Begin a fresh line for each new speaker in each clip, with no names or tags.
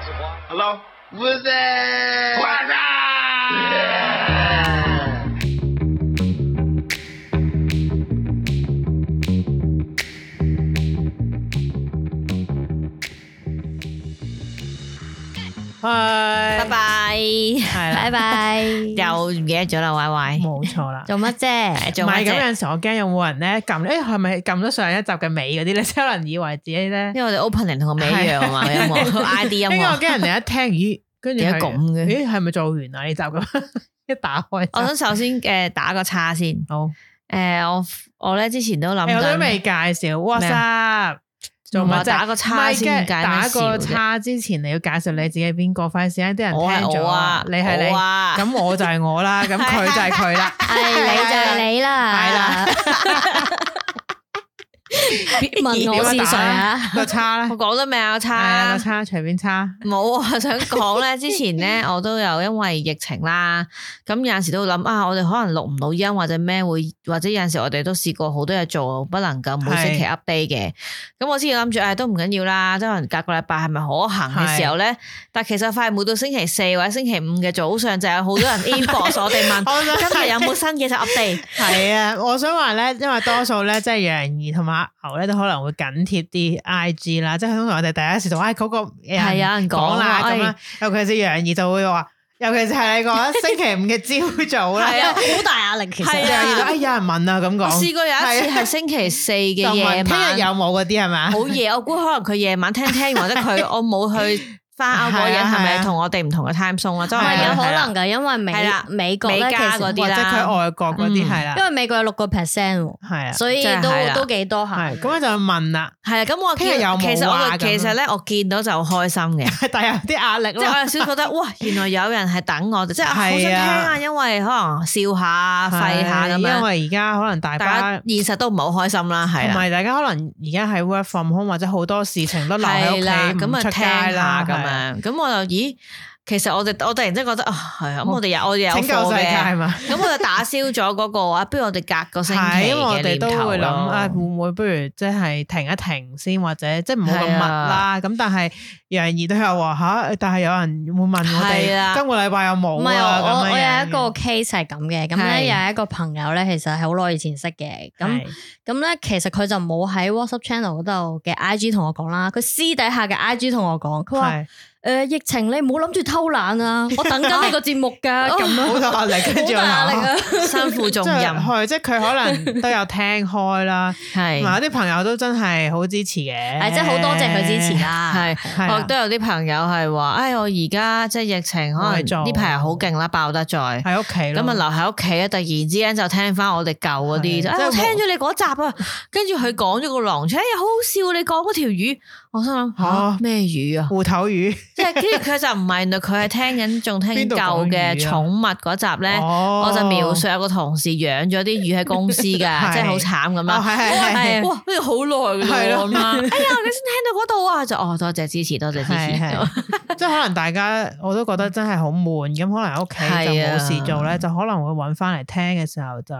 Hello?
What's that?
What's up?
拜
拜拜，
係啦
拜拜，
又唔記得咗啦，歪歪，
冇
冇錯啦。
做乜啫？
唔
做乜
係咁有
啫？
陣時，我驚有冇人咧撳，誒係咪撳咗上一集嘅尾嗰啲咧，即係可能以為自己咧，
因為我哋 opening 同個尾一樣啊嘛，音樂 ID 音
因為我
樂。
驚人哋一聽，咦，跟住
點
係
解咁嘅
咦係咪做完啦呢集 咁？一打開，
我想首先誒打個叉先，
好，誒
誒我我咧之前都諗
我都
緊，
未介紹 WhatsApp。做
唔係
乜啫？
打個叉先
唔係嘅
介咩
打個
笑啫
叉之前你要介紹你自己係邊個，費事啲人聽
我係
咗。
我啊，
你係你
我，啊，
咁我就係我啦，咁佢就係佢啦。
係
係
你
啦
就係你
係
啦，
啦
係啦，問我是誰啊？
個叉咧
我，講得未啊？
係
叉
啊個。叉隨便叉。
冇啊！想講咧，之 前咧我都有因為疫情啦，咁有陣時都諗啊，我哋可能錄唔到音或者咩會，或者有陣時我哋都試過好多嘢做，不能夠每星期 update 嘅。咁我先諗住，唉、都唔緊要啦，即係可能隔個禮拜係咪可行嘅時候咧？但其實快每到星期四或者星期五嘅早上，就有好多人 inbox 我哋 問
我想
今日有冇新嘅 update？
係啊，我想話咧，因為多數咧，即係楊怡同埋阿牛咧，都可能會緊貼啲 I G 啦，即係通常我哋第一時就唉嗰個
係有
係
人講
講啦
啊
咁啦，尤其是楊怡就會話，尤其是係你講星期五嘅朝早啦，
係啊
好大壓力，其實
係啊
楊怡就唉有人問啊咁
我
講，
試過有一次
係啊
係星期四嘅
就
夜
問
晚。
聽日有冇嗰啲 係咪？
好夜，我估可能佢夜晚聽聽，或者 佢我冇去翻歐嗰個人，
係啊
係
係
咪
啊
同我哋唔同嘅 time zone 啊？即
唔
係
係
啊
有
係
可
啦
能噶，因為美
係啦
美國咧
美
其
加
實
嗰啲
或者
啦
佢外國嗰啲係啦
因，為美國有六個 percent，
係
嗯
啊，
所以
真係
都
係啦
都幾多下。
係咁我就問啦，
係啊，咁我
聽日有冇
其實
啊
我
咁
其實咧，我見到就開心嘅，
但係有啲壓力
即係我
咯，
有少少覺得哇，原來有人係等我哋，即係啊好想
係
聽
啊
啊，因為可能笑下、
係
廢下咁
因
樣，
為而家可能大
大家
家。
現實都唔係好開心啦，係
同
啊
啦，
埋大家可能而家喺 work from home 或者好多事情都留喺
係
屋企，
啦，
唔
咁啊
出
聽
街
下
啦
咁
係啊
樣，咁我就咦，其實我哋我突然之間覺得啊，係啊，咁我哋有我哋有
拯救
課
世界
嘅
係。嘛？
咁我就打消咗嗰個啊，不如我哋隔個星期
係，因為我
嘅
哋
念
都
頭
會諗
咯嗯
啊，會 唔會不如即係停一停先，或者即係唔好咁密
啊
啦。咁但係楊怡都有話吓，但係有人會問我
係
哋
啊
今個禮拜有
唔
冇
係
啊？
我
咁樣
我
樣
有一個 case 係咁嘅，咁
係
咧有一個朋友咧，其實係好耐以前識嘅，咁
係
咁咧其實佢就冇喺 WhatsApp channel 嗰度嘅 IG 同我講啦，佢私底下嘅 IG 同我講，佢話
係
誒疫情你唔好諗住偷懶啊，我等緊你個節目 㗎，
哦
咁樣
好
好
大壓力，跟住我
大壓力啊！
身負重
即係
任，
係即係佢可能都有聽開啦，同
係
埋有啲朋友都真係好支持嘅，
係真係好多謝佢支持啦，
係。
係
我
啊。
都有啲朋友係話，唉，我而家即係疫情，可
我
能
係做
呢排好勁啦，爆得再，咁啊
喺屋企
留
咯
喺屋企啊，突然之間就聽翻我哋舊嗰啲，
係
就唉
即係
我
冇
聽咗你嗰集啊，跟住佢講咗個狼出，哎呀好好笑，你講嗰條魚，我心諗吓
嚇
咩魚啊？
芋頭魚。
即係跟住佢就唔係，原來佢係聽緊仲聽緊
邊度
舊
講
嘅
魚啊
寵物嗰集咧。
哦
我就描述有個同事養咗啲魚喺公司 噶，
係
即係好慘咁
哦
啦。
係係係
哎哇，呢度好耐
係
㗎咯
咯
咁 啦。哎呀，佢先聽到嗰度啊，就哦，多謝支持，多謝支
係
持。
係，即係可能大家我都覺得真係好悶，咁可能喺屋企就
係啊
冇事做咧，就可能會揾翻嚟聽嘅時候就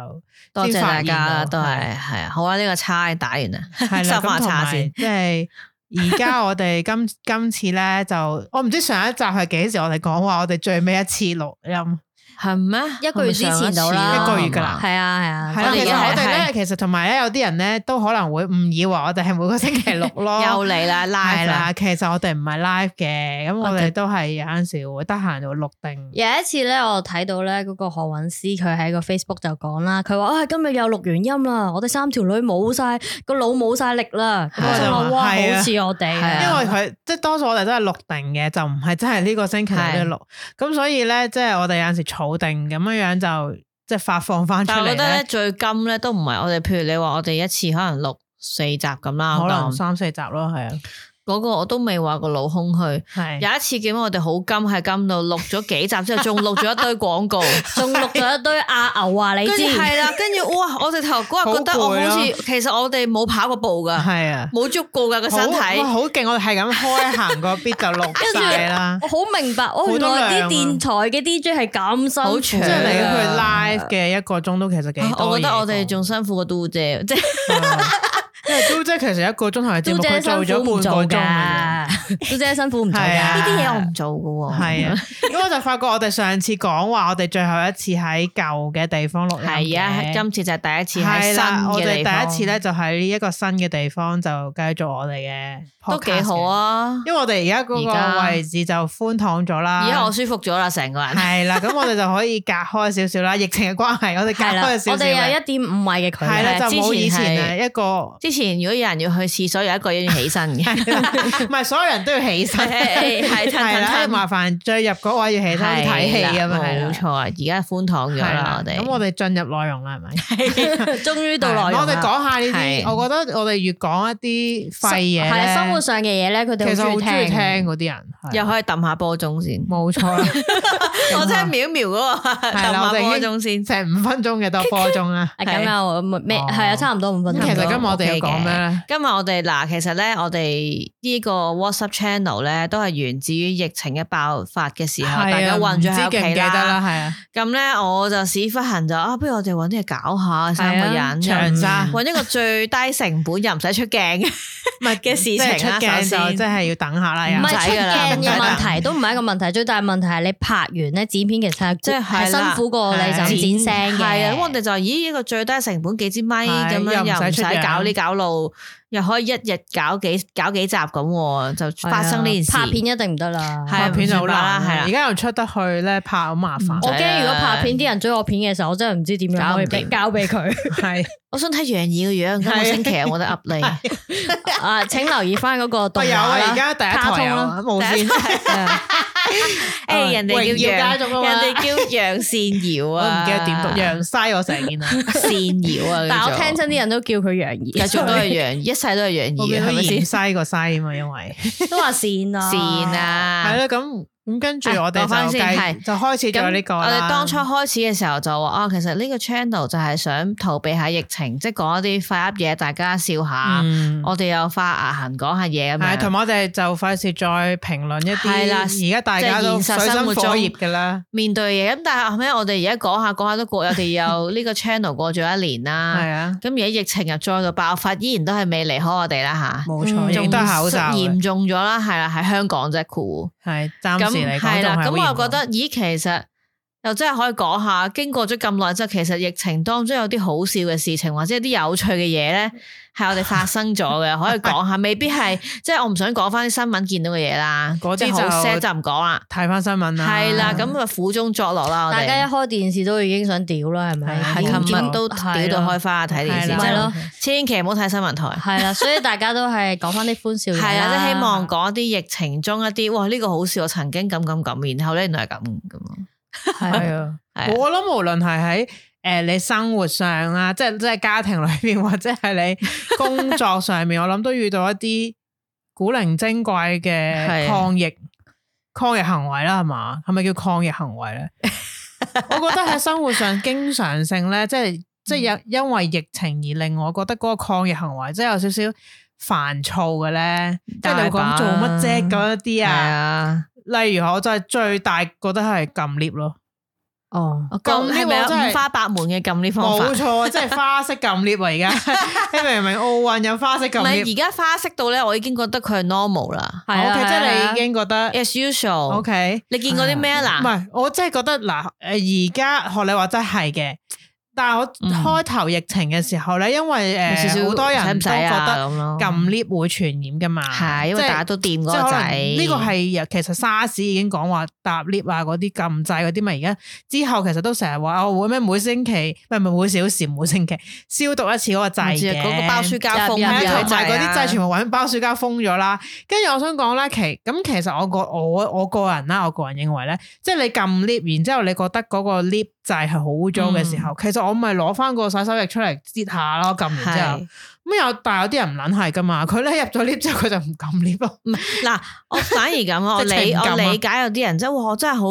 多謝
先發
大
現
家啦，
到
都係係啊，好啊，呢個叉打完啦，
係啦，
收翻
咁
個
同
叉
埋
先。
即係。而家我哋 今今次咧就，我唔知上一集係幾時我哋講話我哋最尾一次錄音，
係咩？
一個月之前到
係咪上次
啦
啊
一個月㗎啦
係啊係啊，
係啦。
我哋
其
而
實
家係
我哋咧，其實同埋咧，有啲人咧都可能會誤以為我哋係每個星期錄咯，
又嚟啦
哦係
，live 啦
啦。，其實我哋唔係 live 嘅，咁我
OK
哋都係有陣時會得閒就會錄定。
有一次咧，我睇到咧嗰個何韻詩，佢喺個 Facebook 就講啦，佢話啊今日又錄完音啦，我哋三條女冇晒個腦冇晒力啦，咁
係啊
我心諗哇，
係啊
好似我哋
係
啊，
因
啊
為佢即係多數我哋都係錄定嘅，就唔係真係呢個星期都要錄。咁所以咧，即係我哋有陣時儲定咁樣樣就即係發放翻出
但係我
嚟
覺得咧
咧，
最金咧都唔係我哋，譬如你話我哋一次可能錄四集咁啦，
可能
我當
三四集咯，係啊，
嗰個我都未話個腦空虛。
係。
有一次見到我哋好金，係金到錄咗幾集之後，仲錄咗一堆廣 告，
仲錄咗一堆阿牛啊，你
跟
知
住係啦，跟住哇！我哋頭嗰日覺得我好
好
似
攰
其實我哋冇跑過步噶，
係啊，
冇捉過噶個身體，啊
好哇好勁！我哋係咁開行個 beat 就錄晒啦，
我好明白，我
好
原
多
來啲
量啊
電台嘅 DJ 係咁辛
好
苦，
長
即係你
係啊
去 live 嘅一個鐘都其實幾
啊
多
我覺得
嘢
我哋
講
仲辛苦過嘟姐，即係
係啊因為都即係其實一個鐘頭嘅節
都
目，
姐
佢
辛
做咗
苦唔
半個
做
鐘嘅啫。
噶，小姐辛苦唔做
係啊
呢
㗎。
啲嘢我唔做噶喎。
係啊，咁我就發覺我哋上次講話，我哋最後一次喺舊嘅地方錄音
系啊，
嘅
今次就係第一次喺
係
新
啦，我
嘅
哋
地方，
第一次咧就喺呢一個新嘅地方就繼續我哋嘅
都
podcast
幾好啊
嘅，！因為我哋而家嗰
而
個
家
位置就寬敞咗啦。
而家我舒服咗啦，成個人
啊係啦，咁我哋就可以隔開少少啦。 疫情嘅關係，我哋隔
係啦，
開少少。
我哋有一點五米嘅距
係啦，
離。
就冇以
之
前啊
前
係一個
之前如果有人要去廁所，有一個人要起身嘅，
唔係所有人都要起身，
係係
係啦，麻煩再入嗰位要起身
係啦
睇戲咁啊，係啦
冇錯啊！而家寬敞咗啦，
係啦
我哋
咁我哋進入內 容啦，係咪？
終於到內
係
容
我哋
啦
講下呢啲，
係
我覺得我哋越講一啲廢嘢
生係
咧，
生活上嘅嘢咧，佢
其
哋
實
好
好中
中
意
意
聽
聽。
嗰啲人，係
又可以揼下波鐘 先。
冇錯啦。
我 聽苗苗嗰個揼
啦
下
我哋
波
已經
鐘先。
成五分鐘嘅多波鐘 啦。
啊咁啊，我咩
哦
係啊，差唔多五分
咁
鐘。
其實今日我哋要
OK 嘅
講咩咧？
今日我哋嗱，其實咧，我哋呢個 WhatsApp channel 咧，都係源自於疫情嘅爆發嘅時候，
係
大
啊，
家
唔
混
知
住喺屋
記唔
企
記得啦，
啦。
係啊，
咁咧，我就屎忽痕就啊，不如我哋揾啲嘢搞下三個
係啊
人，嗯
長沙
揾一個最低成本又唔使出鏡
唔係
嘅事
即係出
情啦。啊
鏡
首
就
先
真係要等下啦，又
唔
唔
係
使
出
㗎啦
鏡
唔
嘅
使
問
啦
題都唔係一個問題，最大問題係你拍完咧剪片其實係
即係
係
係啦
辛苦過你就咁剪聲嘅。
係啊，咁我哋就咦一個最低成本幾支咪
係
咁樣，
又唔
又唔
使
使
出樣
搞呢搞路，又可以一日搞幾搞幾集咁喎，就發生呢件事。
啊拍片一定唔得啦。
係
拍
啊
片就好難啦，
唔算啦係
係
啦
而家又出得去咧，拍好麻煩
唔
我
使。
驚如果拍片啲人追我片嘅時候，我真係唔知點樣可以
搞唔
俾
掂
交 俾佢。
係
我想睇楊怡嘅樣，今個星期有冇得 up 你？
啊，請留意翻嗰個動
我
畫
有啊，
啦
而家第一
卡
台
通
有
啦
啊無線，
哎
誒，哎人哋
榮耀
叫
家
楊，
族啊嘛
人哋叫楊善瑤
我唔
啊，
記得點讀楊西，我成日 見啊，
善瑤 啊，
但我
叫
聽
做
親啲人都叫佢楊怡，
繼續都係楊， 一世都係楊
我
怡
見
啊，
到
係咪
鹽
先？
西個西啊嘛，因為。
都話善啊，
善
係
啊！
啦，咁咁跟住
啊
我哋
講返
就
先
計
係
就開始咗呢個
我哋
當
當初開始嘅時候就話啊，其實呢個 channel 就係想逃避下疫情，即係講一啲快 up 嘢，大家笑下。
我
啊我哋又發牙痕講下嘢咁
嗯係同
樣。
埋我哋就費事再評論一啲，
係啦
而家大家都
即係現
水
實
深
生活
火
中
熱噶啦，
面對嘢咁，但係後尾我哋而家講下講下都過，我哋又呢個 channel 過咗一年
係
啦。
啊，
咁而家疫情又再度爆發，依然都係未離開我哋啦
冇
吓，
錯，亦
仲
都係口罩嘅，
嚴重咗啦，係啦，喺香港啫，酷。
係暫時嚟
咁
講
係
仲
啦，
係
咁
好
我
嚴
又覺
重
得，咦，其實又真係可以講下，經過咗咁耐之後，其實疫情當中有啲好笑嘅事情，或者有啲有趣嘅嘢咧，係我哋發生咗 嘅，可以講下，未必係即係我唔想講翻啲新聞見到嘅嘢啦，
嗰啲
即係好
就
sad 就唔講啦，
睇翻新聞啦，
係啦，咁啊苦中作樂啦，我
大家一
哋
開電視都已經想屌啦，係咪？
係
係啊
見
琴日都屌
係
到
咯
開花睇電視，
係啦
咪
真係
咯，
千祈唔好睇新聞台。
係啦，所以大家都係講翻啲歡笑嘢
係啦，
啦，
即係希望講一啲疫情中一啲，哇呢個好笑，我曾經咁咁咁，然後咧原來係咁咁咯，
係
係啊，
係啊
我諗無論係喺誒你生活上啦，即係即係家庭裏邊，或者係 你工作上面，我諗都遇到一啲古靈精怪嘅
係啊
抗疫抗疫行為啦，係嘛？係咪叫抗疫行為 咧？我覺得喺生活上經常性咧，即係即
嗯
係因因為疫情而令我覺得嗰個抗疫行為即係有少少煩躁嘅咧，即係
大
你會講
把
做乜啫嗰一啲
係
啊？
啊。
例如我真係最大覺得係撳 lift 咯。
哦，
撳
咁係咪
呢個真係
有五花八門嘅撳呢方法？
冇錯，即係花式撳 lift 啊！而家你明唔明奧運有花式撳
唔
lift？
係而家花式到咧，我已經覺得佢係 normal 啦
係啊
哦 OK，即
係
係
啊
你已經覺得
，as usual。
OK。
你見過啲咩
唔
啊？嗱，
係，我真係覺得嗱，誒而家學你話真係嘅，但係
嗯
我開頭疫情嘅時候咧，因為
有少
誒
少
好多人
使
都
唔使
覺
啊
得
咁咯
撳 lift 會傳染噶嘛，
係因
即
為
係
大家都掂嗰
即係
個
可能
仔，
呢個係由其實沙士已經講話搭 lift 啊嗰啲禁制嗰啲咪而家之後其實都成日話我會咩每星期唔係唔係每小時每星期消毒一次嗰個制
唔知
嘅
啊嗰個包書膠封
入入
係
入
嘅
啊同埋嗰啲
掣
掣全部揾包書膠封咗啦。跟住我想講咧，其咁其實我個我我個人啦，我個人認為咧，即係你撳 lift，然之後你覺得嗰個 lift 掣係好污糟嘅
嗯
時候，其實我咪攞翻個洗手液出嚟擠下咯，撳完之後。
係
咁有但係有啲人唔撚係噶嘛，佢咧入咗 lift 之後佢就唔 撳 lift 咯。
嗱，我反而咁 啊，我
即係情
理
感啊
我理解有啲人即係哇，我真係好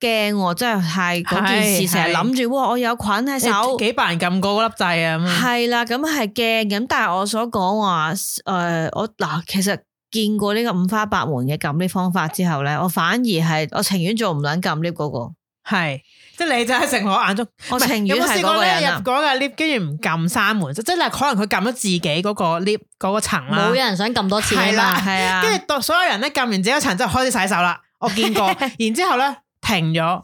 驚喎，真係係嗰件
係
事成日諗住哇，我有菌喺手。
幾百人撳過嗰粒掣啊咁啊。
係啦，咁係驚咁，但係我所講話诶，我嗱，其實見過呢個五花八門嘅撳 lift 方法之後咧，我反而係我情願做唔撚撳 lift 嗰個，
系，即系你就喺成我眼中，
我
唔係
情
有
願
冇
係
試過
嗰個
咧
人啊
入嗰架 lift，跟住唔撳閂門，即係可能佢撳咗自己嗰個 lift 嗰個層啦
冇，人想撳多次啊
係啦
嘛，
系啊，
跟住到所有人咧撳完自己嗰層之後開始洗手啦，我 見過，然之後咧停咗，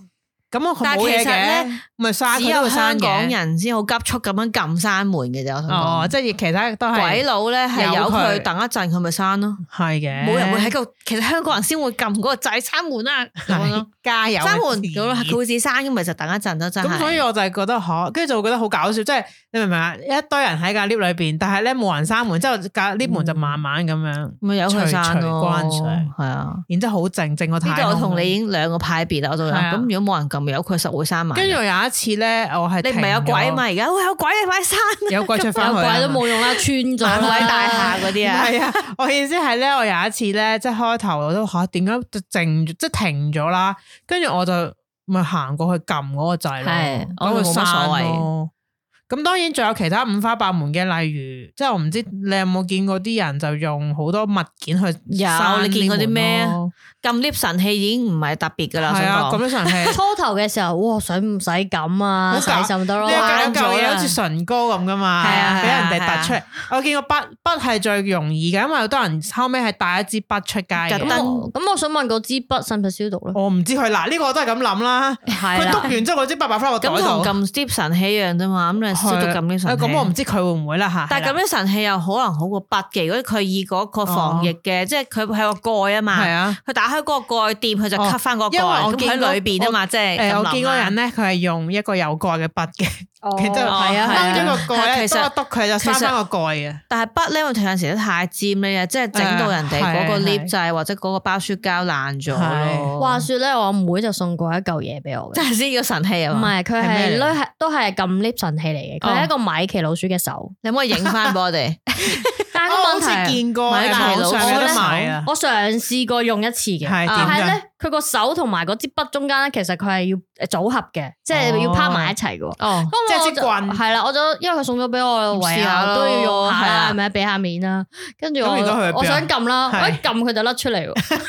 咁我
但係
冇嘢
其實
嘅
呢，
咪閂
只
佢都
有
會
香
閂
港
嘅，
人先好急促咁樣撳閂門嘅啫，我想
哦，
講。
即係其他都
鬼
係
佬咧係
由
由
佢
佢等一陣佢咪閂咯，
係嘅，
冇人會喺度。其實香港人先會撳嗰個掣閂門啦，咁樣
係
咯，
加油啊
閂門
自己
咁佢會自己閂咁咪就等一陣咯，真
咁所以
係。
我就係覺得可，跟住就會覺得好搞笑，即係你明唔明啊？一堆人喺架 lift 裏邊，但係咧冇人閂門，之後架 lift 門就
嗯
慢慢咁樣，
咪由佢閂
隨隨
咯，
關上
係啊。
然之後好靜靜個
呢
太
度我
空
同
啦
你已經兩個派別啦，我就
係啊
咁如果冇人撳，有佢實會閂埋。
跟住我有一次咧，我係
你唔係有
停咗
鬼嘛？，而家喂有鬼你 快閂啦！
有鬼出翻
有
去啊
鬼都。冇用啦，穿咗啦，
鬼大廈嗰啲啊，
係啊，我意思係咧，我有一次咧，即係開頭我都嚇點解就靜咗，即係停咗啦，跟住我就咪行過去撳嗰個掣咯，
係
咁
我
佢
冇乜所
散
謂
咯。咁當然仲有其他五花八門嘅，例如即係我唔知你有冇見過啲人就用好多物件去
有
閂
你見過
呢
啲
門
咩啊
咯
撳 lift 神器已經唔係特別噶啦，
係啊，
我
咁
想講
樣上係
初頭嘅時候，哇，使唔使咁啊？
好
使
搞
就得咯
你，
係
有嚿
慣咗
嚿嘢
啦
好似唇膏咁噶嘛，
啊係啊
俾
係啊
人
係
哋
啊
突出嚟。我見過筆筆係最容易嘅，因為好多人後尾係帶一支筆出街
特登
嘅。
咁咁我想問嗰支筆使唔使消毒咧？
哦我唔知佢嗱呢個我都係咁諗啦。
係
佢督
啦，
完之後，嗰支筆擺翻落袋
咁
度
同。撳 lift 神器一樣啫嘛，咁你啊消毒撳 lift
係啊
神器。
咁我唔知佢會唔會啦嚇。
但係咁 lift 神器又可能好過筆嘅，如果佢以嗰個防疫嘅，即係佢哦係個蓋啊嘛
係，啊。
佢打開嗰個蓋掂，佢就
哦
吸翻個
因為
蓋，
我
咁
見
喺
過
裏邊啊嘛，即係
誒，
咁啊
我
諗
見嗰個
啦
人咧，佢係用一個有蓋嘅筆嘅，
哦
然之後
係啊
掹咗個蓋
係
咧，
啊
當我督佢就閂
其
翻
實
個蓋啊嘅。
但係筆咧，我哋有時都太尖咧，即係整到人哋嗰個
誒係
lift 掣或者嗰個包雪膠爛咗咯。
話說咧，我妹就送過一嚿嘢俾我嘅
真。係先叫神器啊！
唔，係，佢
係咩
係
嚟
都係都係撳 lift 神器嚟嘅，
哦
佢係一個米奇老鼠嘅手。
你可唔可以影翻俾我哋？
但係
我哦好
個
似
問題
見過
買
喺
大佬
網上有
我
得
咧
買啊。
我嘗試過用一次嘅，啊
係點
但係
㗎
咧佢個手同埋嗰支筆中間咧，其實佢係要組合嘅，即係要拍埋一齊嘅喎。
哦，
哦即係
咁我
支
就
棍
係啦，我就因為佢送咗俾我，唯
試下
有
咯
都要用下
係
啦，
啊
係咪俾下面啦？跟住我
咁如果佢去邊啊
我想撳啦，
係
我一撳佢就甩出 嚟喎，
我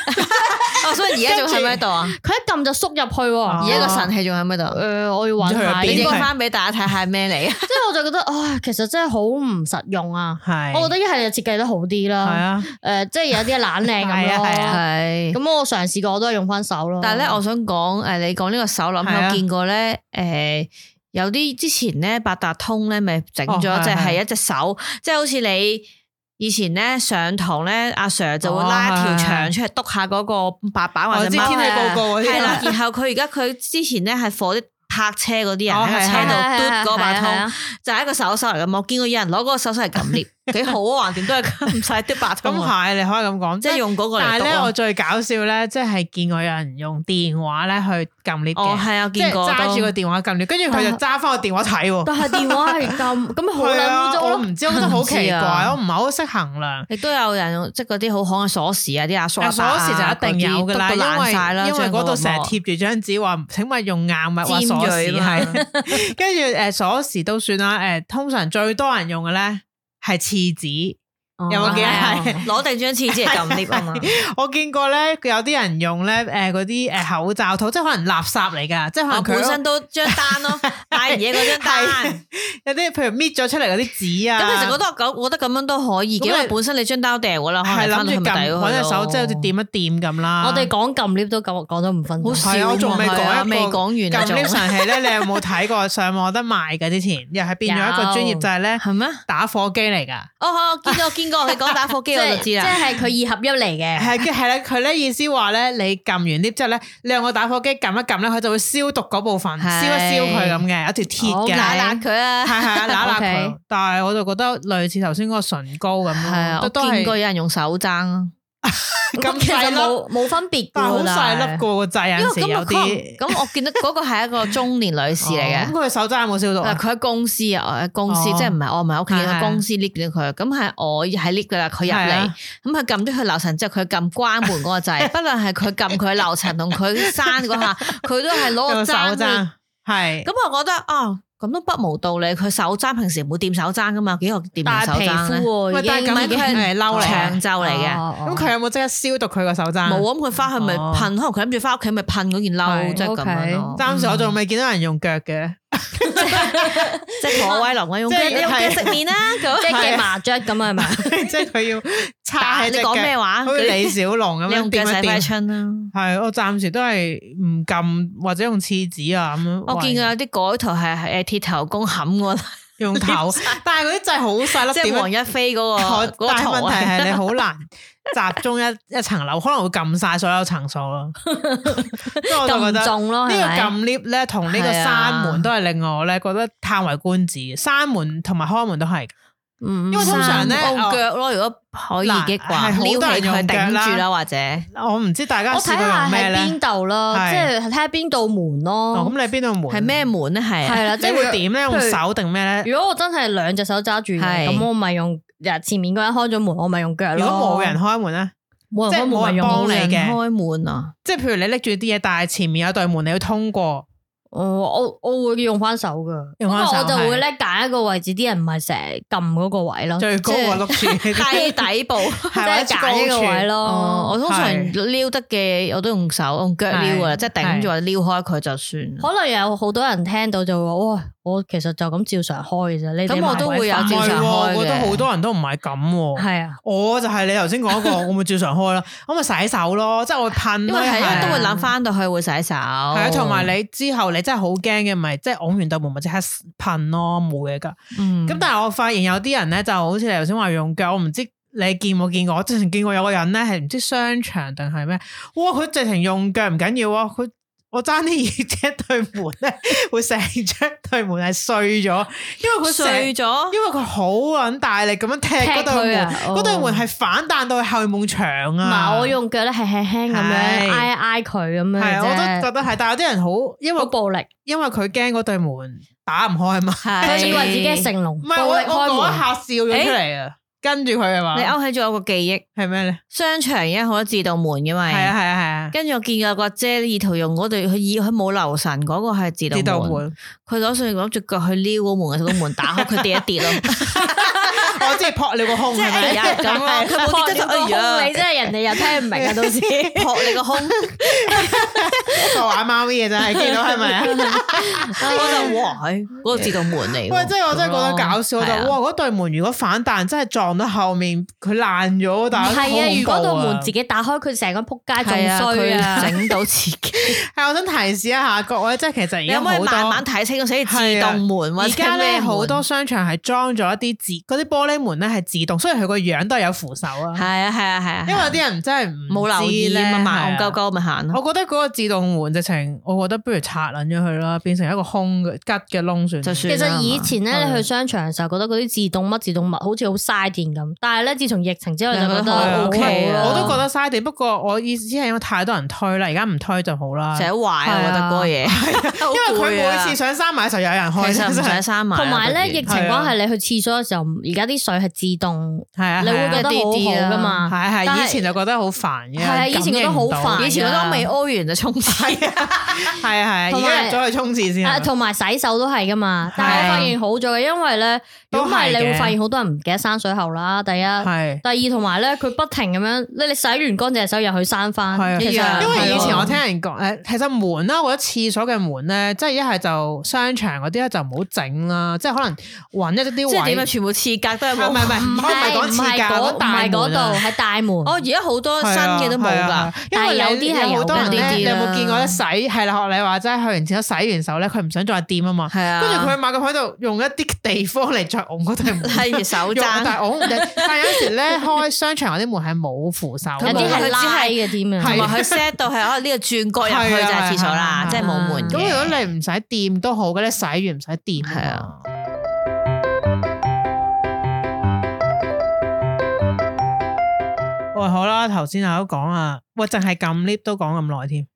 哦想而家仲喺唔喺度啊？
佢一撳就縮入去喎。
而家個神器仲喺唔喺度？
誒，我要揾下，
啊唔知
你
去
應
影
邊
該
翻俾大家睇下係咩嚟啊？
即係我就覺得，唉，其實真係好唔實用啊！
係。
我覺得一係就設計得好啲
係
啦，
啊。
誒，即係有啲懶靚咁
係啊係
咯
啊。
係。
咁我嘗試過，我都係用翻手咯。
但係咧，我想講誒，你講呢個手
哦係
諗，
啊
我見過咧誒。有啲之前咧，八達通咧咪整咗，
哦係
即
係
係一隻手，即係好似你以前咧上堂咧，阿 Sir 就會
哦
拉一條
係係
長出嚟督下嗰個白板或
我
者
知
乜
天氣報告嗰啲
系
啊
啦，然後佢而家佢之前咧係火啲泊車嗰啲人
哦
喺個
係
車
係
係係
度嘟嗰把
係啊
通，就係一個手手嚟嘅。我見過有人攞嗰個手手嚟撳 lift，幾好啊！橫掂都係撳唔晒啲把
咁
通啊，
係，你可以咁講，
即係用嗰個
但
嚟
係
篤
咧，我
啊。
最搞笑咧，即係見過有人用電話咧去撳 lift
哦，
嘅，
係啊，
即係
見過
揸住個
都
電話撳 lift，跟住佢就揸翻個電話睇喎。
但係電話係 撳，咁咪好
係
撚污
啊，
糟
我
咯。
唔知，我覺得好奇
唔知
怪，
啊
我唔係好識衡量。
亦都有人用即係嗰啲好行嘅鎖匙啊，啲阿叔阿
有
伯
鎖
啊
匙就一定有噶啦，
嗰啲篤
因
到爛晒啦
為因為嗰度成日
張
貼住張紙話，請勿用硬物或
尖
鎖匙
鋭啊嘛
係。 跟住呃誒鎖匙都算啦，誒通常最多人用嘅咧係廁紙。有冇記
係
得
啊
係
攞定張廁紙嚟撳 lift 啊嘛，
我見過咧，有啲人用咧誒嗰啲誒口罩套，即係可能垃圾嚟㗎，即係可
我
啊能佢
啊本身都張單 咯，買完嘢嗰張單。
有啲譬如搣咗出嚟嗰啲紙啊，
咁其實覺得咁，我覺得咁樣都可以嘅，
咁
因為
你
本身你張單都掉噶啦，可能
係諗
翻到去
住
咪
撳
掉咗佢
揾隻手，
咯
即係好似掂一掂咁啦。
我哋講撳 lift 都講講咗五分
好
鐘。
少
係啊我仲未
喎係啊
講一個
未講完啊，
撳
仲
lift 神器咧，你有冇睇過上網有得賣㗎？之前又係變咗一個專業，
有
就係咧
係咩？
打火 機嚟㗎。
哦，我見到見過，你講打火機
即
我
啊係
就
即
知啦。
係佢二合一嚟嘅，
係嘅，係啦，佢咧意思話咧，你撳完 lift 之後咧，你用個打火機撳一撳咧，佢就會消毒嗰部分，
係
燒一燒佢咁嘅，有條鐵
好
揦
嘅，
揦佢啊，
係係 揦揦佢
OK。
但係我就覺得類似頭先嗰個唇膏咁
係
咯
啊，，
都
我
都
見過
係，
有人用手踭啊，
咁
其
細
實
粒
冇冇分別㗎喎
但係好細粒
但係
個個掣，
因
有
為
陣時
咁
有
我
啲
咁我見到嗰個係一個中年女士嚟
哦咁
嘅。
佢手踭有冇消毒
嗱，
啊？
佢喺公司啊，我喺公司
哦
即係唔係我唔係喺屋企，
係係
佢公司 lift 咗佢，咁係我喺 lift 噶啦，佢入
係
嚟
啊，
咁佢撳咗佢樓層之後，佢撳關門嗰個 掣，不論係佢撳佢樓層同佢閂嗰下，佢都係攞
有
個
個手
踭去
踭係
咁我覺得啊，咁都不無道理。佢手踭平時唔會掂手踭噶嘛，幾個掂完
但
手
係皮
踭咧？
膚哦
喂
喎，
但係
已
咁
經
唔係佢係
係嬲嚟嘅
長袖嚟嘅，
咁佢有冇即刻消毒佢個手踭？
哦冇啊！咁佢翻去咪
哦
噴，可能佢諗住翻屋企咪噴嗰件褸，
係
即係咁樣咯。
暫時我仲未見到人用腳 嘅，
即係何威龍嗰種
即係
腳，你用腳
係
食麵啦 咁。
即係夾麻雀咁啊，係咪？
即係佢要 叉喺
你
隻
講咩
腳，
話？
好似李
你
小龍咁
你
樣
用腳
掂
洗
一
揮
掂。
春啦。
係，我暫時都係唔撳或者用廁紙啊咁樣。
我見佢有啲改圖係係誒鐵頭公冚嗰個，
用頭，但係嗰啲掣好細粒，
即係
點樣啊
黃一飛嗰個嗰個
但係
圖
問題
啊。
係 你好難集中一一層樓，可能會撳晒所有層 數咯。即係我就覺得
咁
呢
重咯，
個
係咪？
撳 lift 咧，同呢個
啊係
閂
啊
門都係令我咧覺得歎為觀止嘅。閂門同埋開門都係，
因
因為通常咧
用
我
腳咯，如果可以嘅
嗱係好
話，撩
多人
起佢
用腳啦
頂住啦，或者
我唔知大家
我
試
睇
過
下
用咩
喺
咧
邊。度咯，
係
即嗯係睇下邊度門
哦，咁
咯。
你邊度門？
係咩？門咧？係
係
啊
啦，
即
即係
會
會
點咧？用
譬如
手定咩咧？
如果我真係兩隻手揸住嘅，
係
咁我咪用呃前面嗰個人開咗門，我咪用腳
如
咯。
果冇人開門咧，
冇人開門咪用
幫
冇
你
人
嘅
開門啊！
即係譬如你拎住啲嘢，但係前面有對門，你要通過。
哦，我我會用翻手噶，不
用
過
返手
我就會
係
咧揀一個位置，啲人唔係成日撳嗰個位咯，
最高
即係
個碌柱，
低底部，
即係揀一個位咯。
哦，我通常
係
撩得嘅我都用手用腳撩噶啦，
係
即係頂住或者撩開佢就算啦。
可能有好多人聽到就會話：哇，我其實就咁照常開嘅啫。你哋
咁我都會有
麻
照
鬼
唔
常
係
煩
喎，
開嘅
我覺得好多人都唔係咁喎。
係啊，
我就係你頭先講嗰個，我咪照常開啦，我咪洗手咯，即係我會噴
因
咯，
為啊係因為
係
都會諗翻到去會洗手，係
哦
係啊，同埋你之後你真係好驚嘅，咪即係拱完對門咪即刻噴咯，冇嘢㗎。
嗯
咁但係我發現有啲人咧就好似你頭先話用腳，我唔知你見冇見過，我之前見過有個人咧係唔知商場定係咩，哇！佢直情用腳唔緊要啊，佢。我爭啲耳隻對門咧， 會成張對門係碎咗，因為佢成
碎咗。
因為佢好撚大力咁樣踢嗰對
踢佢
門
啊，哦
嗰對門係反彈到去後面牆
唔
啊！
係我用腳咧係輕輕咁樣
係
挨一挨佢咁樣
係，我都
啫
覺，得係，但係有啲人好，因為
好暴力。
因為佢驚嗰對門打唔開嘛。
佢
佢
以為自己係成龍，
唔
暴
係我
力開
我嗰一
門。
下笑咗出嚟啊！跟住佢係
哎你
嘛？
勾起咗我個記憶，
係咩咧？
商場而家好多自動門嘅
係啊
嘛。
係啊係啊！
跟住我見有個姐意圖用嗰對，佢以佢冇留神嗰個係自
呢道
動門，
門，
佢攞上攞住腳去撩個門，個門打開佢跌一跌 咯，
我即係撲你個胸
即係
係咪
哎呀咁咯，
啊
佢冇跌得
個
就哎
胸
呀，
你真係人哋又聽唔明啊！到時
撲你個胸，
我玩貓咪嘅真係見到 係咪啊？
我就哇，係嗰個自動門嚟喎。
喂，真係我真係覺得搞笑，我就
係啊
哇嗰對門如果反彈真係撞到後面，佢爛咗，但係
係啊，如果道
道
門自己打開，佢成個仆街仲
係啊
衰
佢
啊！
整到自 己。
係，我想提示一下各位，即係其實而
你
家
可唔可以
好多
慢慢睇清楚寫自
係啊
動門或
而
者
家
咩
咧
門
好多商場係裝咗一啲自嗰啲玻璃門咧係自動，雖然佢個樣都係有扶手
係
啊，
啊係啊係啊，
因為有啲人真係唔
冇留意啊嘛，
知
戇
咧
鳩。鳩咪行
係啊
咯。
我覺得嗰個自動門直情，我覺得不如拆撚咗佢啦，變成一個空嘅吉嘅窿算。
就算
其
啦
實以前咧，
係
你去商場嘅時候覺得嗰啲自動乜自動物好似好嘥電咁，但係咧自從疫情之後就
你覺
覺
得
得
好
係啊
O K
係啊
我都
啦。
覺得嘥地，不過我意思係因為太多人推啦，而家唔推就好啦。
成日
因
壞啊，我覺得嗰個嘢，
為佢
好攰啊
每次想閂埋嘅時候有人開，
其實唔
真
想
係
閂埋啊，
同埋咧，
嗰邊
疫情關係，你去廁所嘅時候，而家啲水係自動，
係啊，
你會覺得好好噶嘛？
係啊
但
係
係
以前就覺得好煩嘅，
係啊以前覺得好
感應唔到
煩
以前我都未屙完就沖廁，
係啊係啊，而
同
家
埋
入咗去沖廁先啊。
啊，同埋洗手都係噶嘛，但係我發現好咗嘅，因為咧，如
啊都係嘅
果唔係你會發現好多人唔記得閂水喉啦。第一，
係
第二同埋咧，佢不停咁樣，你你洗完乾淨手又去閂
係啊
翻，其
一樣
實
因為以前我
係
聽人講，誒，其實門啦，或者廁所嘅門咧，即係一係就商場嗰啲咧就唔好整啦，即係可能揾一啲
即係點啊？
位。
全部廁格都係
唔係唔係
冇。
唔
唔
係，我唔係
係
講
唔
廁
係
格，
嗰
我講
唔
大
係嗰
門啊
度，係大門。
哦，而家好多新
係啊
嘅都冇
係
㗎
啊，因為
但係
你
有啲係
你好多人
有
咧，
啲
你有冇
啦
見過咧洗係啦？學你話齋，去完廁所洗完手咧，佢唔想再掂啊嘛，
係啊，
跟住佢買個喺度用一啲地方嚟再拱嗰對門。
例如手
用
踭，
但係我唔定，但係有時咧開商場嗰啲門係冇扶手，
有啲
佢
係
只
拉
係
嘅添啊，
同
係
埋佢 set 到係可能呢個轉角入去就係廁所啦，
係啊
即係冇門
咁如
嘅。
果你唔使掂都好嘅，你洗完唔使掂
係啊。
喂，好啦，頭先我都講啊，喂，淨係撳 lift 都講咁耐添，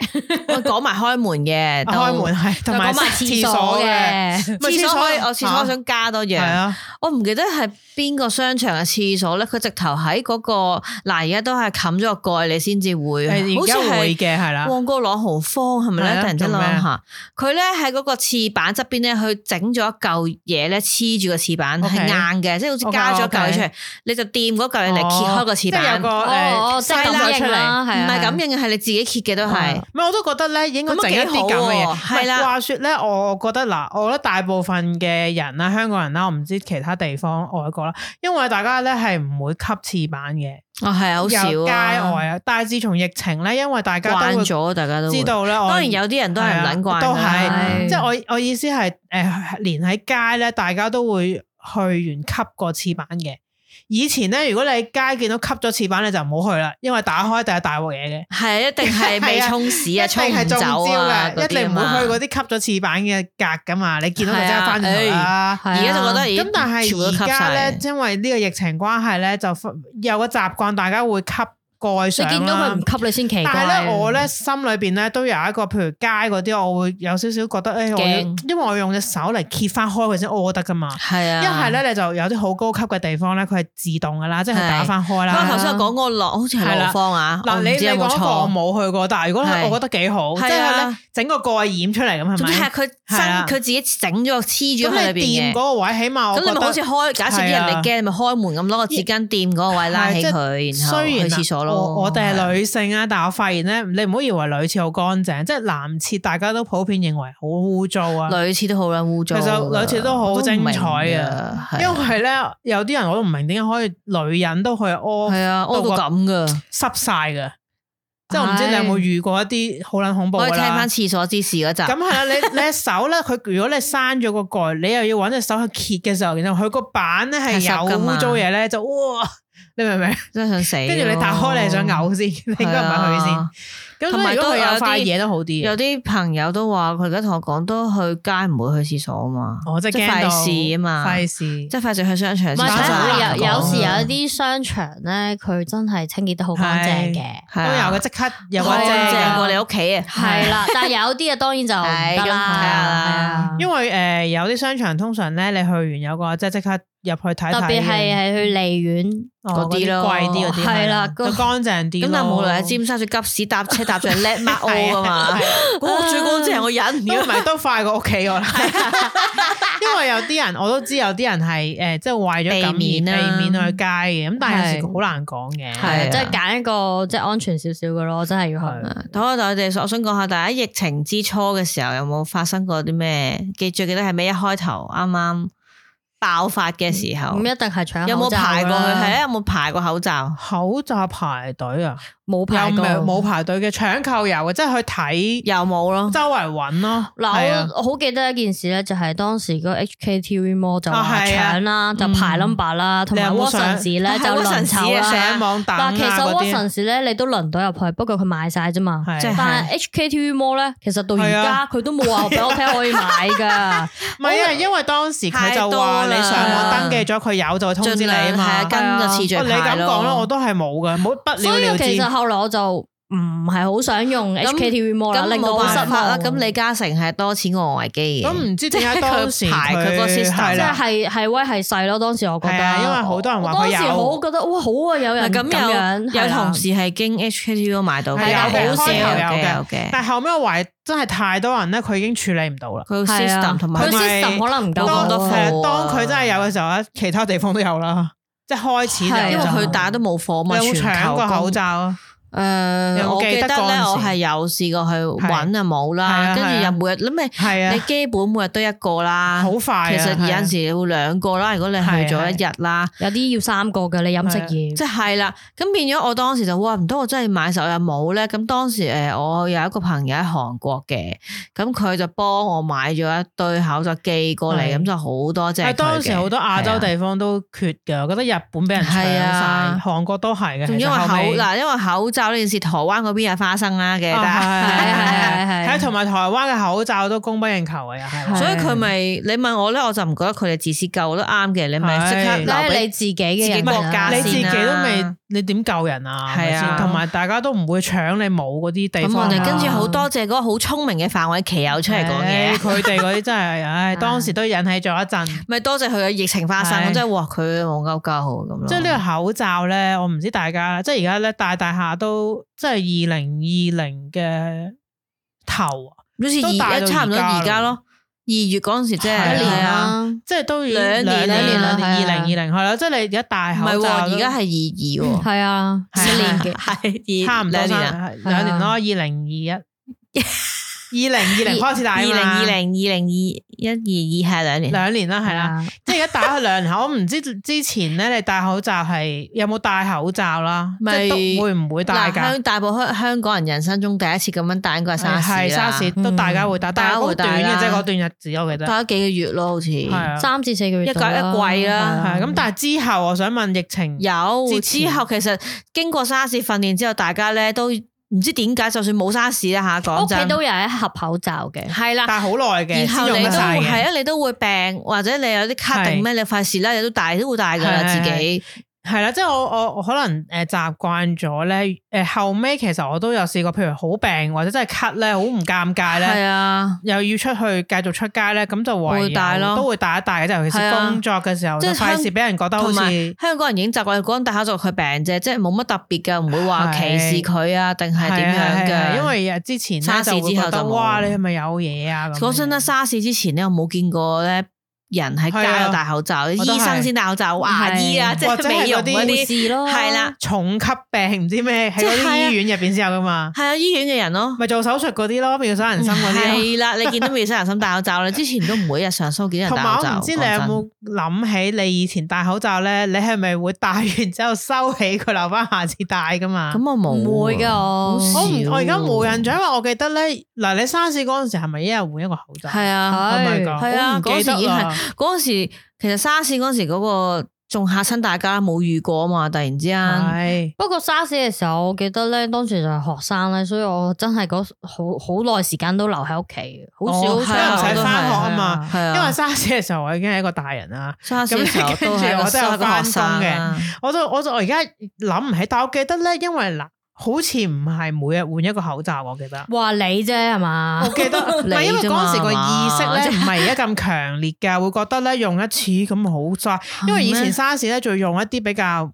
我講埋開門嘅，
啊開門 係同埋
講埋廁
廁
所
所嘅，
嘅，
咪
廁
廁
所
所
可以，我廁所
啊
想加多
係
樣。
啊，
我唔記得係邊個商場嘅廁所咧，佢直頭喺嗰個嗱，而家都係冚咗個蓋，你先至會，
誒
好似
而家會
係
嘅係啦，
旺角朗豪坊係咪
啊係
咧？
啊
突然之間
做咩
諗
啊
下，佢咧喺嗰個廁板側邊咧，佢整咗一嚿嘢咧黐住個廁板，係
OK 哦
硬嘅，即係好似加咗一嚿嘢出嚟，你就掂嗰嚿嘢嚟揭開個廁
即係有
板，
個
唔
哦
誒
哦即
西拉
係咁
出
型啦
嚟。
係啊
係咁樣嘅，係你自己揭嘅都係。
唔係我都覺得咧，應該
啊咁都
整一
幾好
啲咁嘅嘢。
喎係啦
唔係話說咧，我覺得嗱，我覺得大部分嘅人啦，香港人啦，我唔知其他地方外國啦，因為大家咧係唔會吸廁板嘅，
哦，係啊好少啊
有街外啊。但係自從疫情咧，因為大家都會
慣咗，大家都會
知。道咧，我
當然有啲人都係唔撚慣㗎，啊
都係
係
即係我我意思係誒、連喺街咧，大家都會去完吸個廁板嘅。以前咧，如果你喺街見到吸咗廁板，你就唔好去啦，因為打開第一大鑊嘢嘅。
係一定係 未沖屎啊，
一定
沖
係
唔
中招
走啊，
嘅，一定唔
嗰啲
會去嗰
啊嘛。啊
啲吸咗翅板嘅格噶嘛。你見到就即刻翻轉頭啦。
係啊
而家就覺得咦
咁但
全部都
係
吸
而家
晒
咧，因為呢個疫情關係咧，就有個習慣，大家會吸蓋上啦
你見到佢唔。吸你先奇怪。
但係咧，我咧心裏邊咧都有一個，譬如街嗰啲，我會有少少覺得，誒、哎我要
驚
因為我用隻手嚟揭翻開佢先屙得噶嘛。
係啊，
一係，咧，你就有啲好高級嘅地方咧，佢係自動噶啦，即係佢打
係
翻開
我
啦。
頭先有講過落，好似係
係
羅
啦
芳啊，我
嗱，
唔
你
知
你
有冇
講過我
錯。
冇去過，但係如果
係
係我覺得幾好，即
係
係
啊
咧整個蓋掩出嚟咁係
總之係
咪？
佢
係
身
啊
佢自己整咗黐住喺
咁
裏
你
邊嘅。
掂嗰個位，起碼我
咁
覺
你咪好似
得
開，假設啲人
係啊
你驚，你咪開門咁攞個紙巾掂嗰個位拉起
係
佢，然後
雖然
去
啊
廁所咯。
我我哋
係啊
係女性啊，但係我發現咧，你唔好以為女廁好乾淨，即係男廁大家都普遍認為好污糟啊。
女廁都好撚污糟㗎，
其實女廁都好
我唔明
精彩㗎
㗎係啊
因為咧，有啲人我都唔明點解可以女人都去
係
屙
啊，屙到咁噶。
濕晒嘅，即係我唔知你有冇遇過一啲好撚恐怖
我
㗎
哋聽
啦
翻。廁所之事嗰集，
咁係 啦，你你隻手咧，佢如果你閂咗個蓋，你又要揾隻手去揭嘅時候，然後佢個板咧係
係濕
有
㗎嘛
污糟嘢咧，就哇，你明唔明？
真係想死咯。啊
跟住你打開你係想 嘔先，你應該唔係去
係
先
啊。
咁
同
所
埋
以如果
都
佢
有
有塊
啲
嘢都好啲
有
嘅。
啲朋友都話，佢而家同我講，都去街唔會去廁所啊嘛，
我真
即係
係驚到
費事啊嘛
費事
即。係費事去商場。
唔係
打
睇
手
下
難
有
講
有時有
啊
啲商場咧，佢真係清潔得好乾淨嘅。
都
都有嘅，即刻有個
係啊
遮
即係
啊正
嘅
個
過你屋企啊，
係啦，但係有啲啊，當然就唔
係
得
咁
啦，
係啊
係啊
因為誒有啲商場通常咧，你去完有個即係即刻入去睇睇嘅，
特別係係去利園，
哦
嗰啲咯
貴啲嗰啲
係啦
就乾淨啲咯。
咁但係無論喺尖沙咀急屎搭車搭上叻媽 O 噶 嘛，
係啊
我最乾淨係我啊忍，
都唔係都快過屋企我啦， 因為有啲人我都知有啲人係誒，即係為咗感染
避
避
免啦
免去街嘅，咁但係有時
係
好難講嘅。
係啊
即係揀一個即係安全少少嘅咯，真係要啊去。
好，我哋我想講下，大家疫情之初嘅時候有冇發生過啲咩？記最記得係咩？一開頭啱啱爆發嘅時候
唔，一定係搶
有冇
嗯口罩
排過去？
啦
係啊，有冇排過口罩？
口罩排隊啊，
冇
又
排過，
冇排隊嘅，搶購有嘅，即係去睇
又冇咯。
周圍揾咯。係啊
嗱，我我好記得一件事咧，就係當時嗰個 HKTV Mall 就
啊
話
係啊
搶啦，就排
嗯
number 啦，同埋
你有冇上
Watson 紙咧
啊
就
係
輪
Watsons
籌
紙啊
啦。
上網等啊
嗱，其實
嗰啲
Watson 士咧，你都輪到入去，不過佢買晒啫嘛。
係
即係
但係 HKTV Mall 咧，其實到而
係
家
啊
佢都冇話俾我聽可以買 噶。
唔係啊，因為當時佢
太
就話
多啦
你上網登記咗，佢有就會通知
盡
你啊
量係
嘛
啊，。跟個次序
哦你
排
咁
咯。
講啦，我都係冇嘅，冇不了
所以
了
其
之
實。後來我就唔係好想用 HKTV Mall 啦，
咁
令到
冇
好失
辦
望
法啦。咁李嘉誠係多錢過危基嘅。
咁唔知點解當時
即係佢排佢個 system
係
即
啦
係係係威係細咯，當時我覺
係啊
得，
因為好多人話
我當時
佢有
好覺得哇好啊，有
嗱
人咁
咁
樣
有
係
有
啦
同事係經 HKTV 買到嘅，
係
啊
好少
有
開
嘅
頭有
嘅
嘅
有嘅。
但係後尾我懷疑真係太多人咧，佢已經處理唔到啦。
佢
係啊
system 同埋
佢
同埋
system 可能唔夠
有咁
當
多
好啊
貨
係
啊
啊當佢真係有嘅時候咧，其他地方都有啦， 即係開始就
係啊
因為
有
佢大家都冇貨嘛，
你有冇
全
搶
球
過口
供
罩啊？
誒，
有冇
我記
記
得
得嗰
咧，
陣時
我係有試過去揾啊冇啦，
係係啊
跟
係
住又
啊
每日你咪
係
你
啊，
基本每日都一個啦。
好快啊
其實有
係啊
陣時會兩個啦，如果你去咗一日啦，
有啲要三個嘅，你飲食業
即係啦。咁變咗我當時就哇唔得，我真係買手又冇咧。咁當時誒，我有一個朋友喺韓國嘅，咁佢就幫我買咗一堆口罩寄過嚟，
係
咁就好多隻佢
係
嘅。
當時好多亞洲
係啊
地方都缺嘅，我覺得日本俾人搶
係啊
晒，韓國都係嘅。
仲
其
因
實
為口
後尾
嗱，因為口罩呢件事，台灣嗰邊有花生啦嘅，
係係 係
啊
係
係係係，係同埋台灣嘅口罩都供不應求嘅，又係。
所以佢咪你問我咧，我就唔覺得佢哋自私夠，我都啱嘅。你咪
係
即刻
梗
留
係
俾
你自己嘅
自己
人
國家
啦
你自己
先
都
啦
未，你點救人啊？係咪
係啊
先？同埋大家都唔會搶你冇嗰啲地
咁
方啊
我
啦。
哋跟住好多謝嗰個好聰明嘅范偉琪友出嚟講
唉
嘢，
佢哋嗰啲真 係，唉，當時都引起咗一陣。
咪多謝佢嘅疫情發
係
生，真係哇佢冇鳩鳩咁咯。
即係呢個口罩咧，我唔知大家，即係而家咧大大下都即係二零二零嘅頭啊，
好似
都大
二
到
差唔多
而
而
家
家
咯
咯，二月嗰阵时即係
係啊
一年
係啊，
啦，
即係都已
兩年
兩
兩年
啦
啦
二零
係啊
二零係啦，即係你而家戴
唔
口
係喎，
罩都
而家係二二喎。
係啊，
係啊
一年嘅。
系
差唔多
兩
三
年啊，
係兩年咯，二零二 一、二零二零開始戴
二零
啊嘛
二零二零二一二二係兩年，
兩年啦，係啦。
啊，
即係而家打開兩年後，我唔知之前咧，你戴口罩係有冇戴口罩啦？即
咪
係都會唔會戴
嗱
㗎？嗯
香大部香香港人人生中第一次咁樣戴應該係沙士
係沙士都
嗯
大家會戴，但
大
係
家
好
會戴
短嘅
啦
啫，嗰段日子我記
戴
得
咗幾個月咯，好似
係啊。
三至四個月
一季
到
一季啦
係啊
係咁，但係之後我想問疫情，
有
之前
之後其實經過沙士訓練之後，大家咧都唔知點解，就算冇沙士啦吓，
屋
講
企
真
都有一盒口罩嘅，
係啦。
戴好耐嘅，
然後
先用
你
得
都
晒
係
嘅，
啊，你都會病或者你有啲卡定咩，你費事啦，你都大都會大噶啦
係係
自己。
係啦，即係我我我可能誒習慣咗咧，誒後尾其實我都有試過，譬如好病或者真係咳咧，好唔尷尬
係
咧。
啊，
又要出去繼續出街咧，咁就唯有
會戴咯
都會戴一戴嘅，即係尤其是
係啊
工作嘅時候，
即
就
係
費事
香
俾人覺得好
同埋
似
香港人已經習慣講戴口罩佢病啫，即係冇乜特別嘅，唔會話歧視佢啊，定係點樣
係啊係啊
嘅。
因為之前咧
沙士
就會
之後
覺得
就冇
哇，你係咪有嘢啊？咁樣
講真啦，沙士之前咧，我冇見過咧人喺
係啊
街度戴口罩，
我都係
醫生先戴口罩，牙醫啊，
係
即
或者
係
係
美容嗰
嗰
護
啲，
士咯，
係啦，
重級病唔知咩喺
即
嗰
係啊
啲醫院入邊先有噶嘛，
係啊，醫院嘅人咯。
咪做手術嗰啲咯，妙手仁心嗰啲咯。
嗯係啊啦，你見到妙手仁心戴口罩啦，之前都唔會日常蘇見人
同
戴
埋
口罩。
我唔知你有冇諗起你以前戴口罩咧，你係咪會戴完之後收起佢留翻下次戴噶嘛
講真？咁我冇啊喎，
唔會㗎
好
我
少
我唔我而家冇印象，因為我記得咧，嗱你沙士嗰陣時係咪一日換一個口罩？
係啊，
Oh my
係
god，
係啊
我唔記得
嗰時已經係
啦
嗰時其實沙士嗰時嗰個仲嚇親大家，冇遇過啊嘛，突然之間。
係。
不過沙士嘅時候，我記得咧，當時就係學生咧，所以我真係嗰好好耐時間都留喺屋企，好少
哦
出
因
去
為唔使
都係
返學啊嘛
係啊
係啊，
因為沙士嘅時候，我已經係一個大人啦。
沙士嘅時候
咁跟住
都係一
我
個
都有
都係一個
返
學
工
生
嘅
啊
我就我就我而家諗唔起，但我記得咧，因為嗱，好似唔係每日換一個口罩，我記得。
話你啫係嘛
我？ 記得，唔
你
係因為
啫
嗰
嘛
陣時個意
即
識咧，
係
唔係而家咁強烈嘅，會覺得咧用一次咁好嘥。因為以前
咩
沙士咧，仲要用一啲比較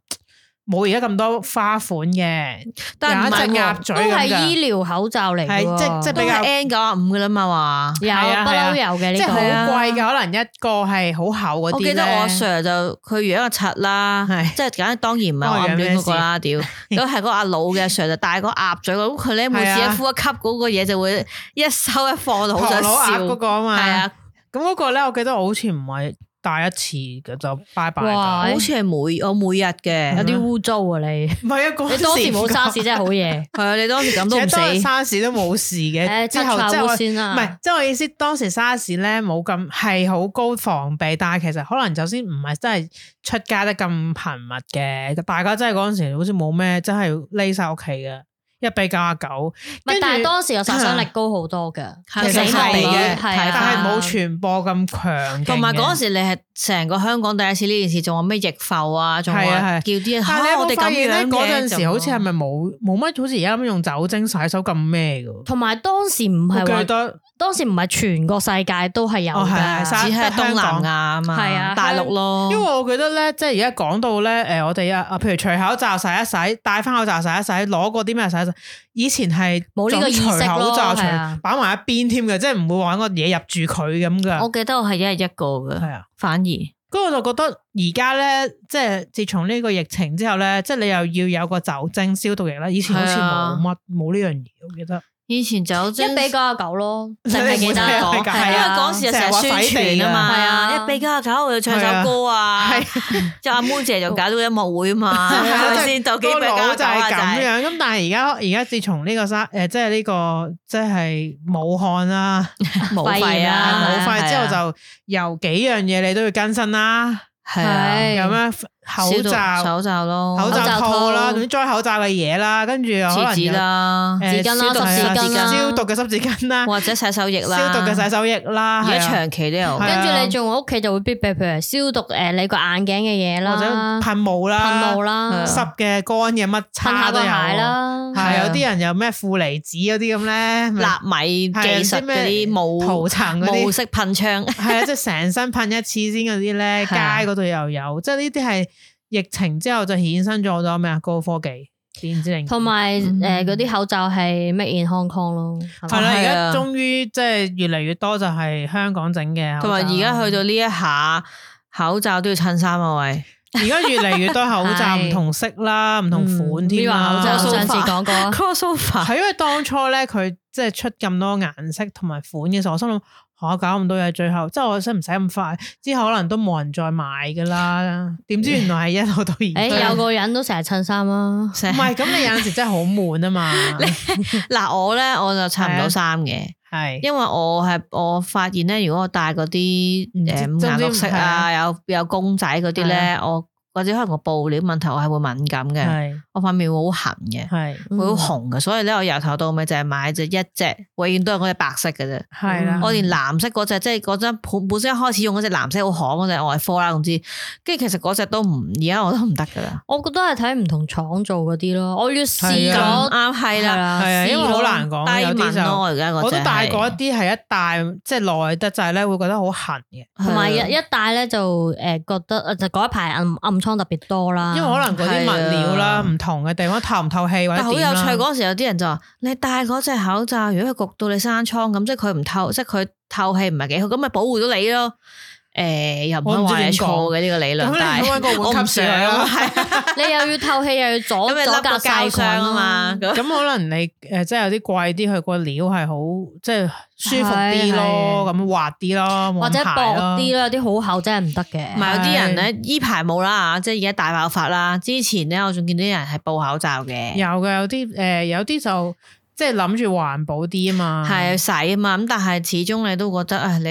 冇而家咁多花款嘅，
但唔係
有一隻
喎
鴨嘴
都係
咁嘅，
醫療口罩嚟嘅
係
喎，
即即
都
比較
係 N 九啊五噶啦嘛話。
有
係啊
不
係啊
嬲有嘅呢
即係好
係啊
個。
貴嘅，可能一個係好厚嗰啲
我記得我阿
咧
Sir 就佢養個賊啦
係，
即係簡當然唔係我暗戀嗰個啦， 屌，咁係嗰個阿老嘅 Sir 就戴個鴨嘴，咁佢咧每次
係
一
啊
呼一吸嗰個嘢就會一收一放就好
唐
想
老鴨
笑，
嗰個啊嘛。
係啊，
咁嗰個咧，我記得我好似唔係戴一次嘅，就拜拜㗎。
哇
好似係每我每日
有
嘅，
啲污糟啊！你
唔係啊，嗰
你當時
唔
冇
覺
沙士真係好嘢，
係啊，你當時咁都
而
唔
且當時
死，
沙士都冇事嘅，
誒
之後
執
即
下
係我
污
唔
先
啊
啦
係，即係我意思，當時沙士咧冇咁係好高防備，但係其實可能就先唔係真係出街得咁頻密嘅，大家真係嗰陣時好似冇咩真係匿晒屋企嘅，一比九啊九，
唔係
跟住
但係當時個殺傷力高好多嘅，
係
死亡率
其實係嘅
係啊
但
但係冇傳播咁強勁嘅，
同埋嗰陣時你係成個香港第一次呢件事，仲話咩疫埠啊，仲話
係啊係啊
叫啲人
但係
嚇我哋
你有冇發
咁
現咧？
樣
嗰
嘅
陣時好似係咪冇冇乜好似而家咁用酒精洗手咁咩嘅？
同埋當時唔
我
係
記
話，
得
當時唔係全個世界都係有
哦係係
㗎，
沙
只係東南亞啊
係啊
嘛，大陸咯，
因為我覺得咧，即係而家講到咧，誒、我哋啊，啊譬如除口罩洗一洗，戴翻口罩洗一洗，攞嗰啲咩洗一洗，以前係
冇呢
就
個
咁
意識
除
咯
口罩除
係啊
擺埋一邊添嘅，即係唔會玩個嘢入住佢咁
我
噶。
記得我係一日一個嘅，
係啊，
反而。
咁我就覺得而家咧，即係自從呢個疫情之後咧，即係你又要有個酒精消毒液啦，以前好似
係啊
冇乜冇呢樣嘢，我記得。
以前酒精
一比九啊九咯，
你
淨 係記得
唔會一
講
比九
因為
啊九
係啊
嗰時就成日宣傳啊嘛，
係啊
一比九十九我就唱首歌啊， 即係阿妹姐就搞到音樂會啊嘛，
係啊
係咪先？就幾
個
比
腦
九
就
啊就係
係咁
咁樣。
樣，咁但係而家而家自從呢個沙誒、呃即係呢、個即係武漢啦、
冇費啊，
好
啊
快之後就由幾樣嘢你都要更新啦，
係啊
係
有咩口
消毒
罩、
口罩咯，
口
口罩
罩套啦，
套
總之裝口罩嘅嘢啦，跟住可
厕
能
纸
有
啦，
誒
紙巾啦
消毒
濕
紙巾啦
消毒嘅濕紙巾啦，
或者洗手液啦，
消毒嘅洗手液啦，
而家
係啊
長期都有
係啊
跟住你仲屋企就會必備，譬如消毒誒你個眼鏡嘅嘢
啊或者
啦，
噴霧啦、
噴霧啦，
係
噴
濕嘅、乾嘅乜
下
叉都
個
有。
鞋啦，
係
係啊
有啲人有咩負離子嗰啲咁咧，咪
嗯納米技術嗰
係啊唔知咩
啲
塗
冇
層嗰
冇
啲，
式噴槍，
係啊，即係成身噴一次先嗰啲咧，街
係啊
嗰度又有，即係呢啲係疫情之後就衍生咗好多咩啊高科技電子零件
同埋誒
嗯
嗰啲口罩係 made in Hong Kong 咯，係
係
咪
啦，而
係
家
啊
終於即係越嚟越多就係香港整嘅口
同
罩，啊
埋而家去到呢一下，口罩都要襯衫啊喂，
而家越嚟越多口罩
係
唔同色啦，唔同
嗯
款添
Mirror
啦
口罩
我
上次講過啊
crossover
係因為當初咧，佢即係出咁多顏色同埋款嘅時候，我心諗吓、嚇搞咁多嘢，最後即係我使唔使咁快？之後可能都冇人再買噶啦。點
嗯
知原來係一路到
哎
而
誒
家。
有個人都成日襯衫啊啦，
唔係咁，你有陣時真係好悶啊 嘛。
嗱，我咧我就襯唔
係啊
到衫嘅，
係
因為我係我發現咧，如果我戴嗰啲
唔知
誒五
真
顏
知
六色
係
啊，有有公仔嗰啲
係啊
咧，我或者可能個布料問題，我係會敏感嘅，
係嗯
我塊面會好痕嘅，
係
嗯
會好紅嘅，所以咧我由頭到尾就係買隻一隻，永遠都係嗰隻白色嘅啫。
係啦
嗯。
我連藍色嗰只，即係嗰張本本身一開始用嗰只藍色好行嗰只，我係 four 啦，總之，跟住其實嗰只都唔，而家我都唔得噶啦。
我覺得係睇唔同廠做嗰啲咯，我要
係
試
啊
咗
咁啱係啦，
啦
係啊因為好難講有
低
啲
敏
就
咯，我而家嗰
我
隻
都戴
係
過一啲係一戴即係耐得滯咧，會覺得好痕嘅，
同埋一
係啊
一戴咧就誒覺得呃就嗰一排暗暗瘡特別多啦，
因為 可能嗰啲物料啦，
係啊
唔同嘅地方透唔透氣或者
但好有
點啦
趣嗰陣時，有啲人就話：你戴嗰隻口罩，如果佢焗到你生瘡咁，即係佢唔透，即係佢透氣唔係幾好，咁咪保護到你咯。誒、又唔可以話你錯嘅呢個理論，
咁
但
你
係
揾個
我
碗
唔
吸上啊
想，係啊
你又要透氣又要阻
咁
阻
你笠
隔
個
細
膠
菌
箱啊嘛， 咁
咁可能你誒即係有啲貴啲，佢個料係好即係舒服啲咯，
係
咁滑啲咯，
或者
冇咁
薄
排咯
啲。啦，有啲好厚真係唔得嘅
唔。係有啲人咧，依排冇啦，即係而家大爆發啦。之前咧，我仲見到有人係布口罩嘅，
有嘅有啲誒有啲就即係諗住環保啲啊嘛。
係洗啊嘛。咁但係始終你都覺得啊，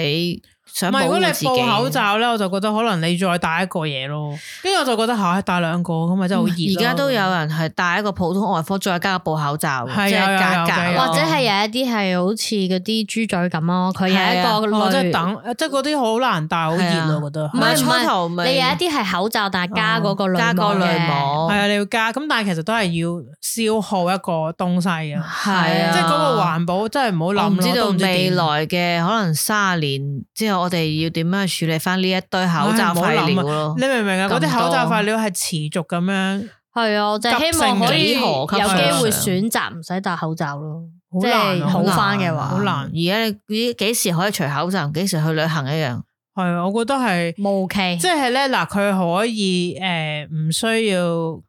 你想保護自
唔係如果你
己。
布口罩咧，我就覺得可能你再戴一個嘢咯，跟住我就覺得嚇戴兩個咁咪真係好熱咯。
嗯而家都有人係戴一個普通外科，再加個布口罩，
係
即
有有
係
有
格
有
格
有
咯，
或者係有一啲係好似嗰啲豬嘴咁咯，佢有
係啊
一個
哦，即係
類，
等即係嗰啲好難戴，好熱
係
啊，
啊
我覺得
唔
唔係
係
唔
初
係
頭咪
你有一啲係口罩，但係
啊
加嗰個濾
加個
網
濾
嘅。
係
網，
啊，你要加咁，但係其實都係要消耗一個東西嘅，
係啊，
即係嗰個環保真係唔好
我
諗
唔
咯
知道
都唔知
未
點
來嘅可能卅年之後，我哋要點樣去處理翻呢一堆口罩廢料咯
你？明唔明啊？
咁
嗰啲口罩
多
廢料係持續咁樣，
係啊，我就係希望可以
急性幾何級
有機會
上
選擇唔使戴口罩咯，
好
即
難
係
啊
好
難
翻嘅話，
好難
而家你幾幾時可以除口罩，幾時去旅行一樣？
係啊我覺得係，
無期。
即係咧嗱，佢可以誒唔、需要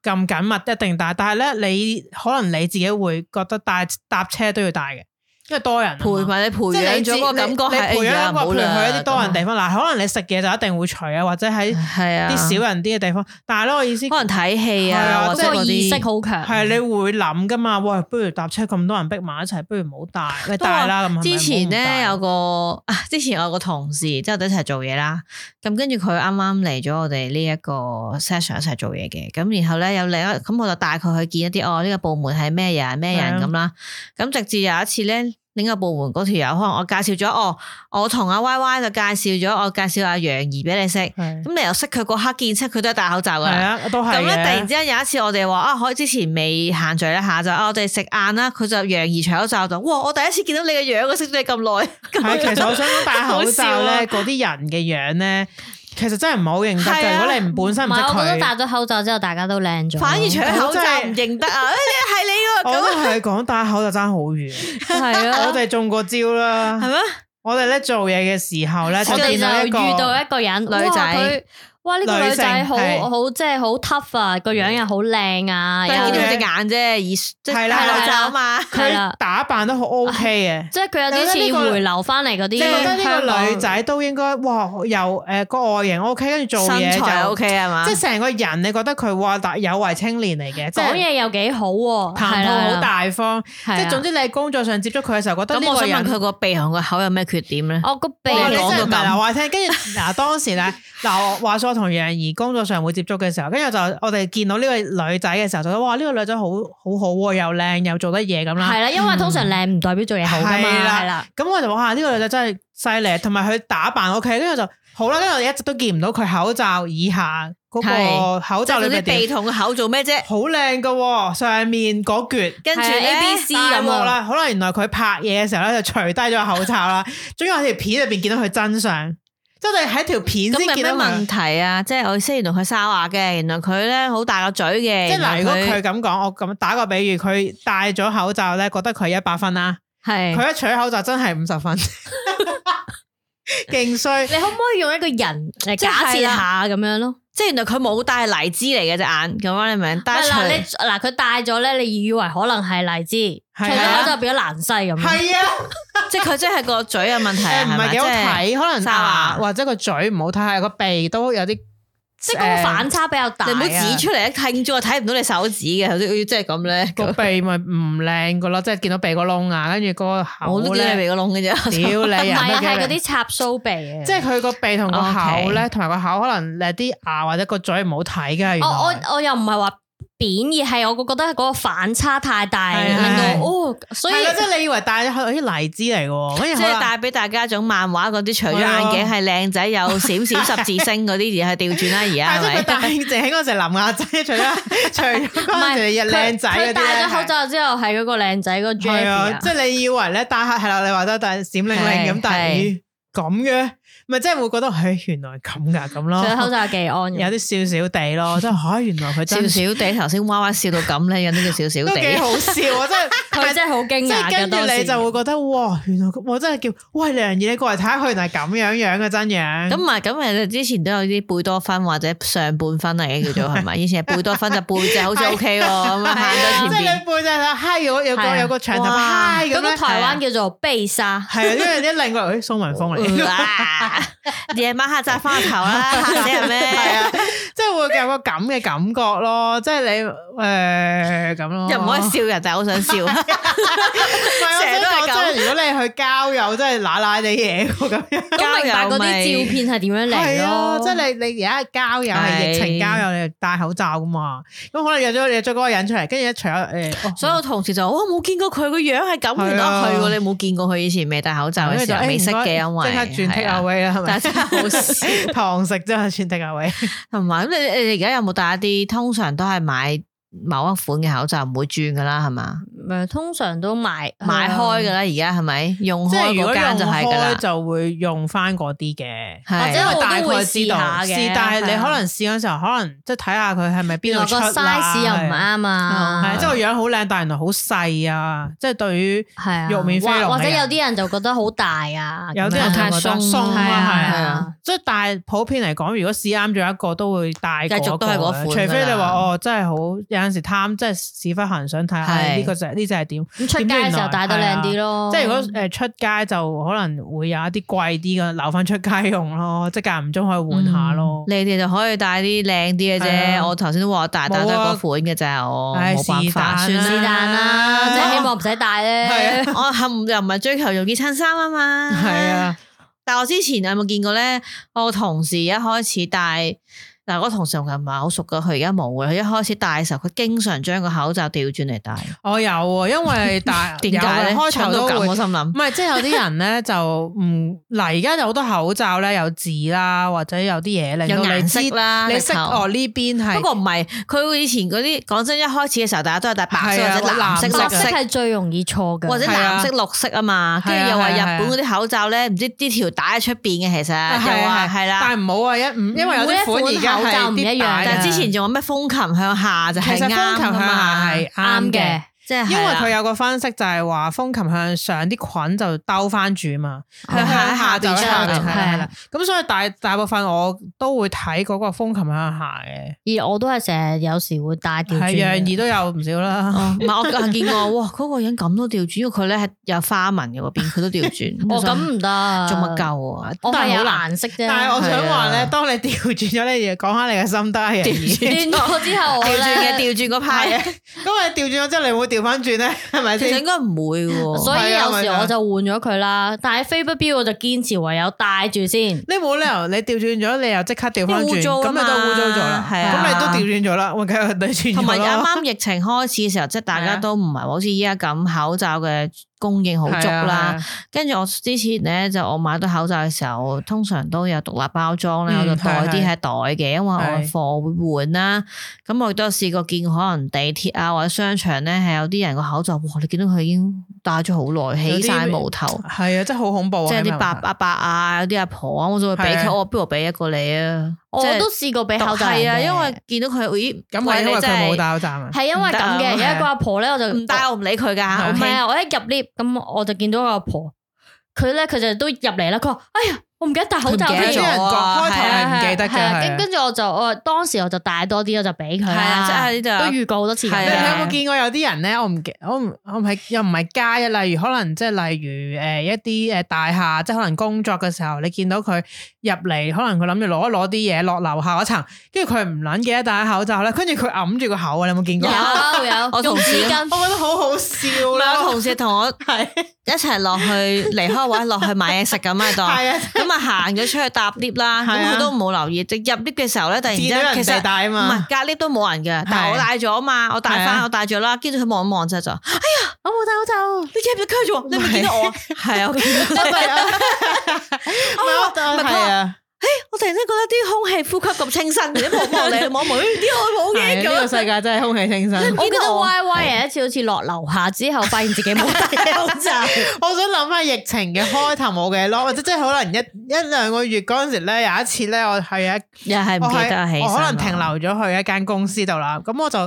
咁緊密一定戴，但係咧你可能你自己會覺得戴搭車都要戴嘅，因為多人啊嘛
培埋你培
即係你
養
自
咗嗰個感覺係，
你你培
哎
養
呀
感覺，
冇
譬如
啦啊
去一啲多人地方嗱，可能你食嘢就一定會除啊，或者喺
係啊，
啲少人啲嘅地方，但係咧我意思
可能睇戲
係啊
啊，或者
嗰個
嗰
意
啲
識好強，
係啊你會諗噶嘛？喂，不如搭車咁多人逼埋一齊，不如唔好戴，喂
都話
戴啦咁係咪。
之前咧
唔好
有
唔
個啊， 之前我有個同事，即係我哋一齊做嘢啦。咁跟住佢啱啱嚟咗我哋呢一個 session 一齊做嘢嘅。咁然後咧有另一咁我就帶佢去見一啲哦呢、個部門係咩人咩人
係啊
咁啦。咁直至有一次咧。另一個部門嗰條友，可能我介紹咗哦，我同阿 Y Y 就介紹咗，我介紹阿楊怡俾你識，咁
戴係
你由識佢嗰刻見識佢都係戴口罩噶
係
啦。
啊，都係
咁咧，突然之
之
間有一次我哋話啊，可以之前未限聚一下就啊，我哋食晏啦，佢就楊怡除口罩就，哇！我第一次見到你嘅樣，我識咗你咁耐，
係啊其 實我想講戴口罩
好笑
咧，
啊
嗰啲人嘅樣咧，其實真係唔好認得
係
嘅。
啊
如果你唔本身
唔
唔識
係，我覺得戴
佢，
咗口罩之後，大家都靚咗。
反而除咗口罩唔認得啊，誒你係你
我
喎，
都
咁
係講戴口罩爭好遠。
係啊，
我哋中過招
係
啦，
咩？
我哋咧做嘢嘅時候咧，
我哋
見
就
到一個
遇到一個人，
女仔
哇佢哇呢個女仔好
女性係
好即係好 tough 啊，個樣又好靚啊，
但係
又
見到佢隻眼啫，而即
係
係
啦
戴口罩啊嘛，
係
佢
啦
打扮得好 OK 嘅。
即係佢有
你覺得
啲
呢
似
個
回流翻嚟嗰
即係覺得
啲。
呢個女仔都應該哇，又誒個外形 O K，跟住做嘢
身材
就
OK 係嘛
即？係成個人你覺得佢哇，但有為青年嚟嘅，即
講
係
嘢又幾好喎，
談
係啦
吐好，大方，
係
即
啦
係總之你喺工作上接觸佢嘅時候，覺得
啊
呢
咁我想
個
問
人。
佢個鼻同個口有咩缺點咧？
啊我個鼻
哇！你真
講
係唔係
到咁
嗱，話聽，跟住嗱，當時咧，嗱，我話說我同楊怡工作上會接觸嘅時候，跟住就我哋見到呢位女仔嘅時候，就覺得哇呢、個女仔好好好喎，又靚又做得嘢咁啦。
係啦，因為通常靚唔代表做嘢好噶嘛，
係啦
係啦，
咁我就話呢、個女仔真係犀利，同埋佢打扮 OK，跟住就好啦。跟住我哋一直都見唔到佢口罩以下嗰、個
係
口
就
罩裏
嗰
面
啲鼻
點，
同個口做咩啫？
好靚噶喎，上面嗰橛。
跟住
係
A B
ABC
C
大
咁
鑊
啊，
啊啦！好啦，原來佢拍嘢嘅時候咧，就除低咗口罩啦。終於我條片裏邊見到佢真相，即係我哋喺條片
咁
先
有咩
見到
問
佢。
題啊？即係我先原來佢沙牙嘅，原來佢咧好大個嘴嘅，
即係嗱，如果
原來
佢咁講，我咁打個比喻，佢戴咗口罩咧，覺得佢一百分啦。
嗯
係
佢一除咗口罩真係五十分，勁衰。
你可唔可以用一個人嚟
即係
假設啊
啦
下咁樣咯？
即係原來佢冇戴黎姿嚟嘅隻眼，咁啊你明？
唔
但
係嗱，你
係
嗱佢戴咗咧，你以為可能係荔枝，除
係
咗
啊
口罩變咗蘭西咁樣。
係啊，
即係佢真係個嘴有問題
誒
啊，
唔
係咪
係幾好睇，可能
沙
牙
牙
或者個嘴唔好睇，係個鼻都有啲
即係嗰個反差比較大啊。
你唔好指出嚟，聽咗睇唔到你手指嘅，好似即係咁咧。
個鼻咪唔靚噶咯，即係見到鼻個窿啊，跟住個口
我都見你
咧，
鼻個窿嘅啫。
屌你
唔
啊！
係
都
啊，
幾
係嗰
靚
啲插須鼻啊嘅。哦
即係佢個鼻同個口
OK
咧，同埋個口可能誒啲牙或者個嘴唔好睇噶。原
哦我
來
我我又唔係話貶，而係我覺得嗰個反差太大，
係
令
係
到哦，所以
係啦，即係你以為戴咗口罩啲荔枝嚟嘅喎，跟
即
住好
係
啦
帶俾大家一種漫畫嗰啲，除咗眼鏡係靚仔，有閃閃十字星嗰啲，而係調轉啦，而
但
家
係即係佢戴
係咪？
淨喺嗰陣林亞仔，除咗 除咗
唔
嗰陣
係
時靚仔
佢
嗰
佢
啲
戴
咧
咗口罩之後係嗰個靚仔嗰個 j
係
a
係
c
啊，
k
即係你以為咧戴黑係啦，你話齋戴閃靈靈咁
係，
但係
係
咦咁嘅，咪即係會覺得誒原來咁㗎咁
除咗口
咯，
罩係技安
有
嘅。
啲少少地咯，即係嚇原來佢
少
真
少地，頭先娃娃笑到咁咧，有啲叫少少
都幾
地。
好笑啊！真係
佢真係好驚
即
訝
係
嘅
跟住
當時
你就會覺得哇，原來我真係叫喂梁怡，你過嚟睇下佢原來咁樣樣嘅真樣。
咁唔係咁誒，之前都有啲貝多芬或者上半分嚟嘅叫做係咪？以前係貝多芬就背脊好似 O K 喎，咁樣行咗
即係
前邊
你。背脊就嗨，有
係
有個
啊
有個長頭
哇
嗨咁
嗰個
樣，啊
台灣叫做悲沙，
係啊，因為一另過嚟，誒蘇文峰 嚟，
啊夜晚黑扎花頭 啦，嚇死人
係
咩？
啊，即係會有個咁嘅感覺咯，即係你誒咁咯，
又唔可以笑人，但係好 想笑。成日都係咁
唔係我想講真係如果你去交友，真係奶奶地嘢喎 咁樣。
都明白嗰啲
咪
照片係點樣
啊係
嚟
啊，
咯。
即係你你而家交友係疫情
係
交友，你就戴口罩噶嘛，咁可能約咗約咗嗰個人出嚟，跟住一除咗誒，哦
所有同事就我冇見過佢個樣係咁，原
係
來
啊
係喎，你冇見過佢以前未戴口罩
跟
嘅
住
時
就
候
誒
未識
唔該
嘅，因為
即刻轉 take
係啊
away 啦，係咪？
但係真係好笑。
堂食真係轉 take away。
同埋咁你你而家有冇戴一啲？通常都係買某一款嘅口罩，唔會轉噶啦，係嘛？
咪通常都買啊
買開噶啦，而家係咪用
啊即係
開
如果
啊嗰間就係噶
用
啦
開，就會用翻嗰啲嘅，
係
或者
因為
我
大
都會
概知
試
道
下嘅
試但係
係
你
啊
可能試嗰陣時候，可能即係睇下佢係咪邊
原來
度
個
出啦
size 又唔
係
啱啊
係，即係個樣好靚，但係原來好細啊！即係對於
係啊，
肉面飛龍
或或者
嘅人
有啲人就覺得好大啊，
有啲人
咁樣
就覺得鬆
鬆
啊，
啊
係啊
係啊，
即係但係普遍嚟講，如果試啱咗一個，都會帶
繼續都係
係
嗰款
除
㗎啦
非你話哦，真係好有陣時貪，即係屎忽痕想睇下哎
係
呢個就呢只係點。
咁出街嘅時候戴得靚啲咯。
哦
即係如果誒出街就可能會有一啲貴啲嘅留翻出街用咯， 即係間唔中可以換
嗯
下咯。
你哋就可以戴啲靚啲嘅
係
啫。
啊
我頭先都話我戴戴
冇
都係
啊
嗰款嘅咋，我
唉
冇辦法，
是
算啦
但啦
是但啦，
啊
即
嗯
係希望唔使戴咧。
我係唔又唔係追求容易襯衫啊嘛。
係啊，
但我之前有冇見過咧？我同事一開始戴嗱，我同事同佢唔係好熟噶，佢而家冇嘅。佢一開始戴嘅時候，佢經常將個口罩調轉嚟戴。
我有啊，因為 大
點解咧？
有啊開頭
蠢到
都
咁，
會
我心
唔
諗
係，即係有啲人咧就唔嗱，而家有好多口罩咧有字啦，或者有啲嘢令
有
到你
顏
知
色，啦，
你
直
識
頭
哦呢邊係
不過唔係，佢以前嗰啲講真，一開始嘅時候，大家都係戴白
係
色
啊
或者藍色、
白
綠
色
色。
係最容易錯嘅，
或者
係啊
藍色、綠色啊嘛，
係
跟
啊
住又話
係
日
啊係啊
本嗰啲口罩咧，唔知啲條帶喺出邊嘅，其實
啊係
又
啊
話係啦。
但係唔好啊，一唔因為有
每一
啲款而家
款口
係
罩唔一
啲
樣
大嘅
但係之前仲有咩風琴向下就
其
係
實
啱
風琴
㗎
向下
嘛，
係
啱嘅。
即係
因為
啊係啦
啊
佢有個分析就係話風琴向上啲菌就兜翻住嘛，
哦
向下就出
向下
係
就出
啦係啦。咁所以大大部分我都會睇嗰個風琴向下嘅，
而我都係成日有時會戴調轉
係啊楊
嘅。
怡都有唔 少啦。
哦唔係 我係見過，哇！嗰個人咁都調轉，因為佢咧係有花紋嘅嗰邊，佢都調 轉。
哦，咁唔得，
做乜？鳩啊？
我
哦但係
係
好
有
難
顏色啫。
但係我想話
係
咧
啊，
當你調轉咗咧，要講下你嘅心得啊，楊怡。
斷咗之後我
調轉嘅
咧，
調轉嗰
係
派
啊，咁你調轉咗之後，你會调翻轉咧？係咪
其實
先
應？該唔會 喎。
所以
係啊
有
咪
時
就係
我就換咗佢啦，但係非不必要我就堅持唯有戴住先。
你冇理由你調轉咗，你又即刻調翻
因為
轉，
污糟
咁
啊
你
嘛
都污糟咗啦。
係啊
咁你都調轉咗啦，我梗係對轉
同埋
咗
啱
啦。
啱疫情開始嘅時候，即係大
係啊
家都唔係好似依家咁口罩嘅供應好足
啊
啦。跟住我之前咧就我買到口罩嘅時候，通常都有獨立包裝咧，
嗯
我就袋啲
係係
喺袋嘅，因為我
係
貨會換啦。咁我亦都有試過見可能地鐵啊或者商場咧係有啲人個口罩，哇！你見到佢已經戴咗好耐，
有
起
啲
晒毛頭，
係啊，真係好恐怖啊！
即係啲伯
白
阿伯啊，有啲阿婆啊，我就會俾
係哦
佢，
啊
我話不如俾一個你啊，
我
即係
都試過俾口罩人嘅，
係啊，因為見到佢，咦，
咁
喂
係因為
你
佢
真
冇戴口罩啊。
係因為咁嘅，
唔
有
得啊
一個阿婆咧，我就
唔啊戴我唔理佢
係
噶，
唔
OK
係啊！我一入 lift 咁我就見到個阿婆，佢咧佢就都入嚟啦。佢話：哎呀，我唔記得戴口罩
佢唔
有
記
啲
得咗
人講開頭係唔記得嘅，
係啊
係
跟
啊
跟住我就我當時我就戴多啲，我就俾佢
係啊
啦。
即係呢度有
都預告好多次咁
係啊
你你
樣。
有冇見過有啲人咧？我唔記，我唔我唔係又唔係街啊。例如可能即係例如誒一啲誒大廈，即係可能工作嘅時候，你見到佢入嚟，可能佢諗住攞一攞啲嘢落樓下嗰層，跟住佢唔撚記得戴口罩咧，跟住佢揞住個口啊！你有冇見過？
有有，
我
用
同事
紙巾。
我覺得好好笑
唔係我
啦，
同事同我一齊落去離開位落去買嘢食咁喺度，
係啊，
咁啊行咗出去搭 lift 啦，
係啊
咁佢都冇留意，直入 lift 嘅時候咧，突然之
見到
間
人
其
哋
實
戴啊
唔
嘛
係，隔 lift 都冇人嘅，但係我戴咗啊嘛，我戴
係
翻
啊
我戴咗啦，跟住佢望一望就 就，你
我冇戴口罩。
入咗區咗，你咪見到我啊，係啊，我見到你
係 啊，唔係我
咪
係啊，
我突然間覺得啲空氣呼吸咁清新，你望一望你，望一望，咦啲
係啊呢個
我冇嘅咁，
世界真係空 氣清新。
我記得
邊個
Y Y 有一次好似落樓下之後，發現自己冇
啊
戴口罩。
我想諗下疫情嘅開頭冇嘅咯，或者即係可能一一兩個月嗰陣時咧，有一次咧，我係一
又係唔
我
記得啊
係
起身
我
啦
可能停留咗去一間公司度啦，咁我就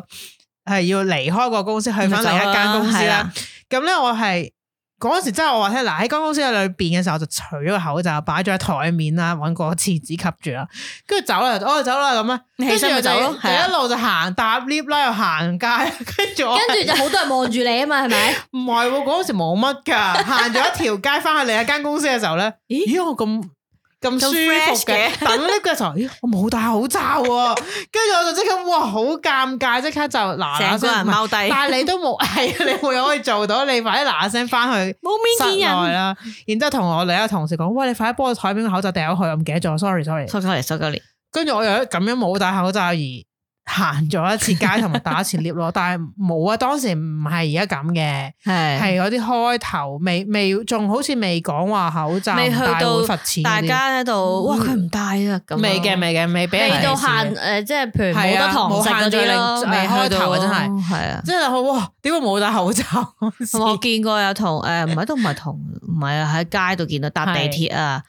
係要離開個公司去翻
咪走
另
啦
一間公司
係
啦
啦。
咁咧我係嗰陣時真係我話聽嗱喺間公司裏邊嘅時候，我就除咗個口罩擺咗喺台面啦，揾個廁紙吸住啦，跟住走啦，我就走啦咁啦，
起身咪
跟住
走咯
就
係啊
就一路就行搭 lift 啦，又行街，跟住我係
跟住就好多人望住你啊嘛，係咪？
唔係喎，嗰陣時冇乜 㗎，行咗一條街翻去另一間公司嘅時候咧，
咦
咦我咁咁舒服
fresh
嘅，
嘅
等 lift 嘅時候，咦我冇戴口罩喎，跟住我就即刻哇好尷尬，即刻就嗱嗱
成個人
聲，
踎低，
啊但係你都冇 係你冇嘢可以做到，你快啲嗱嗱聲翻去
冇
室內啦，然之後同我另一個同事講，喂你快啲幫我台面個口罩掉咗去，我唔記得咗，sorry sorry，
收鳩嚟收鳩嚟，
跟住我又咁樣冇戴口罩而行咗一次街同埋打一次 lift 咯，但係冇啊，當時唔係而家咁嘅。
係
係嗰啲開頭未未仲好似未講話口罩
未去
唔戴
到
會罰錢嗰啲，
大家喺度，哇！
嗯
佢唔戴啊，咁
未嘅未嘅未俾人
未到
歧視嘅
限誒，即係譬如冇
係
得
啊
堂食嗰
冇限聚
啲
令
咯，
誒開頭啊真係
係啊。
真係哇！點解冇戴口罩嗰陣時？
同埋我見過有同誒，唔係都唔係同，唔係啊，喺街度見到搭地鐵啊。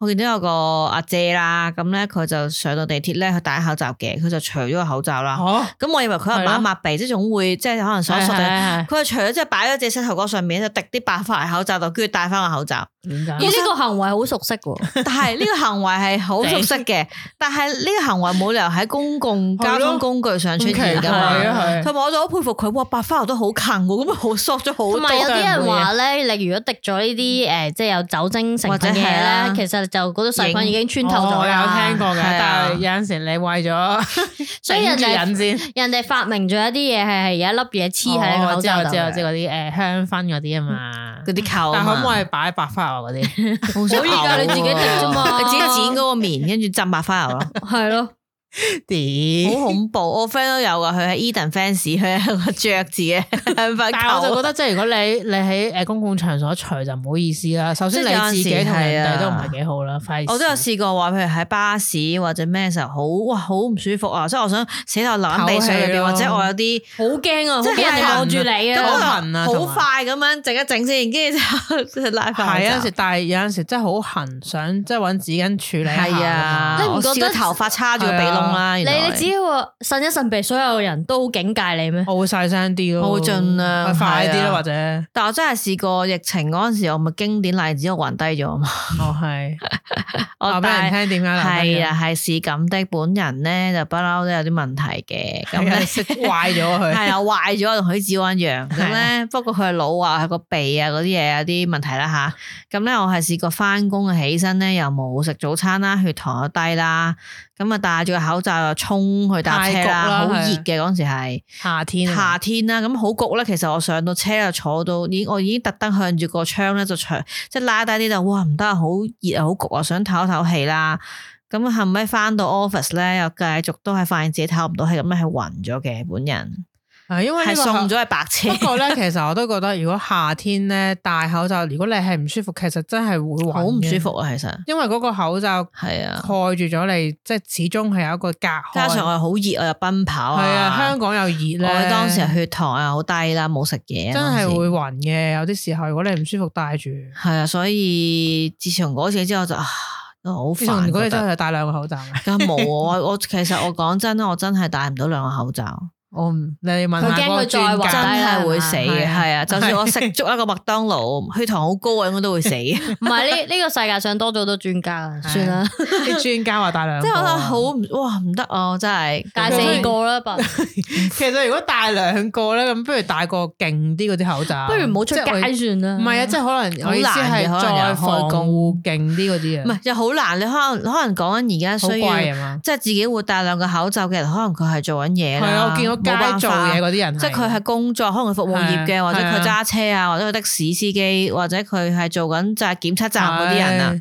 我見到有個阿姐啦，咁咧佢就上到地鐵咧，佢戴口罩嘅，佢就除咗個口罩啦。
哦，
咁我以為佢係抹一抹鼻，即係總會即係可能手術
係
啊。
係
佢就除咗即係擺咗隻膝頭哥上面，就滴啲白花喺口 罩度，跟住戴翻個口罩。
點
咦？呢個行為好熟悉喎，
但係呢個行為係好熟悉嘅，但係呢個行為冇理由喺公共交通工具上出
咁奇
現㗎
怪
嘛。
啊係
同埋我就好佩服佢，哇！白花油都好近喎，咁好索咗好
同埋有
多。
啲
都係
人
唔會嘅
話咧，你如果滴咗呢啲誒，即係有酒精成分嘅
或
嘢咧
者係啊，
其實就嗰個細菌已經穿透
哦
咗
我有
啦。
聽過嘅，
係啊
但係有陣時你為咗
所以
頂
人
住
哋
忍先，
人哋發明咗一啲嘢係係有一粒嘢黐喺你個
哦
口
我知我
罩
知
度
我知
嘅。
嗰啲誒香薰嗰啲啊嘛，
嗰啲扣啊
但
嘛
可唔可以擺白花啊嗰啲？
好啊
可以㗎，你自己滴啫嘛，
你自己剪嗰個棉，跟住浸白花油咯，
係咯。
點
好恐怖！我 friend 都有噶，佢係 Eden fans，佢係個着字 嘅啊香薰
但係我就覺
球。
得，即係如果你你喺誒公共場所除就唔好意思啦。首先
即係有陣
你
時
自己同人
係
哋
啊
都唔係幾好啦，費事
我都有試過話，譬如喺巴士或者咩時候好哇，好唔舒服啊！所以我想死落流緊鼻水裏邊，
唞氣咯
或者我有啲
好驚啊！好驚人哋望住你
咁
好
我
啊！
痕啊同
好快
埋
咁樣整一整先，跟住就 拉翻。
係啊有陣時，但係有陣時真係好痕，想即係揾紙巾處理下
係啊，
你
㗎
唔
嘛
我
覺得
試過頭髮叉住個鼻窿啦。
你
原來
你只要擤一擤鼻，所有人都好警戒你咩？
哦我會細聲啲咯，
我會盡量
我快啲
係
啦，
啊
或者
但我真係試過疫情嗰陣時，我咪經典例子，我暈低咗啊嘛。
我哦係
我
話俾
戴
人聽點解留低
係
嘅
啊，係是咁的，本人咧就不嬲都有啲問題嘅，咁
係啊，
咧
識壞咗
係
佢，
啊壞咗，同許志安一樣咁
係
咧。不過佢嘅腦啊，佢個鼻啊嗰啲嘢有啲問題啦吓。咁咧我係試過翻工嘅起身咧，又冇食早餐啦，血糖又低啦，咁啊戴住個口口罩又衝去搭車啦，
太
好
焗啦
熱
係
嘅嗰陣時係
夏天啊
夏天啦，咁好焗咧。其實我上到車就坐到已經，我已經特登向住個窗咧就長，即係拉低啲就哇唔得啊，好熱啊，好焗啊，想唞一唞氣啦。咁後尾翻到 office 咧，又繼續都係發現自己唞唔到氣，咁咧係暈咗嘅本人，
係因為呢
係
個
送
夏
咗去白車。
不過咧，其實我都覺得，如果夏天咧戴口罩，如果你係唔舒服，其實真係會暈 嘅
好唔舒服，啊，其實
因為嗰個口罩
係啊，
蓋住咗你，即係始終係有一個隔開。
加上我
係
又好熱，我又奔跑
啊，
啊，
香港又熱咧，
我當時係血糖又好低啦，冇食嘢啊，
真係
當時
會暈嘅。有啲時候，如果你唔舒服戴住，
係啊，所以自從嗰次之後就啊，都好
自從
煩。
嗰
覺
日真
得
係戴兩個口罩。
梗係冇啊我我其實我講真啦，我真係戴唔到兩個口罩，
我唔，你問
佢
下
驚
嗰個
佢再
專
真
暈
家
低啦
係會死嘅，
係啊
係啊，就算我食足一個麥當勞，血糖好高啊，應該都會 死。即
唔係呢呢個世界上多咗好多專家啊，算啦，
啲專家話戴兩個。
係我覺得好唔哇唔得啊，我真係
帶四個啦，不不
其實如果戴兩個咧，咁不如戴個勁啲嗰啲口罩。
如唔好出街
即係我
算
唔
啦。
係啊，即係可能我意思係
好難嘅可能又開
再防
工
護勁啲嗰啲啊，
唔係就好難。你可能可能講緊而家
好
需
貴
要。
啊嘛。
即係自己會戴兩個口罩嘅人，可能佢係做緊嘢
係
啦
啊，我見到
冇辦法
街做嘢嗰啲人，
即係佢係工作，可能佢服務業
係
嘅，
啊
或者佢
係啊
揸車啊，或者佢的士司機，或者佢係做緊就係檢測站嗰啲人啊，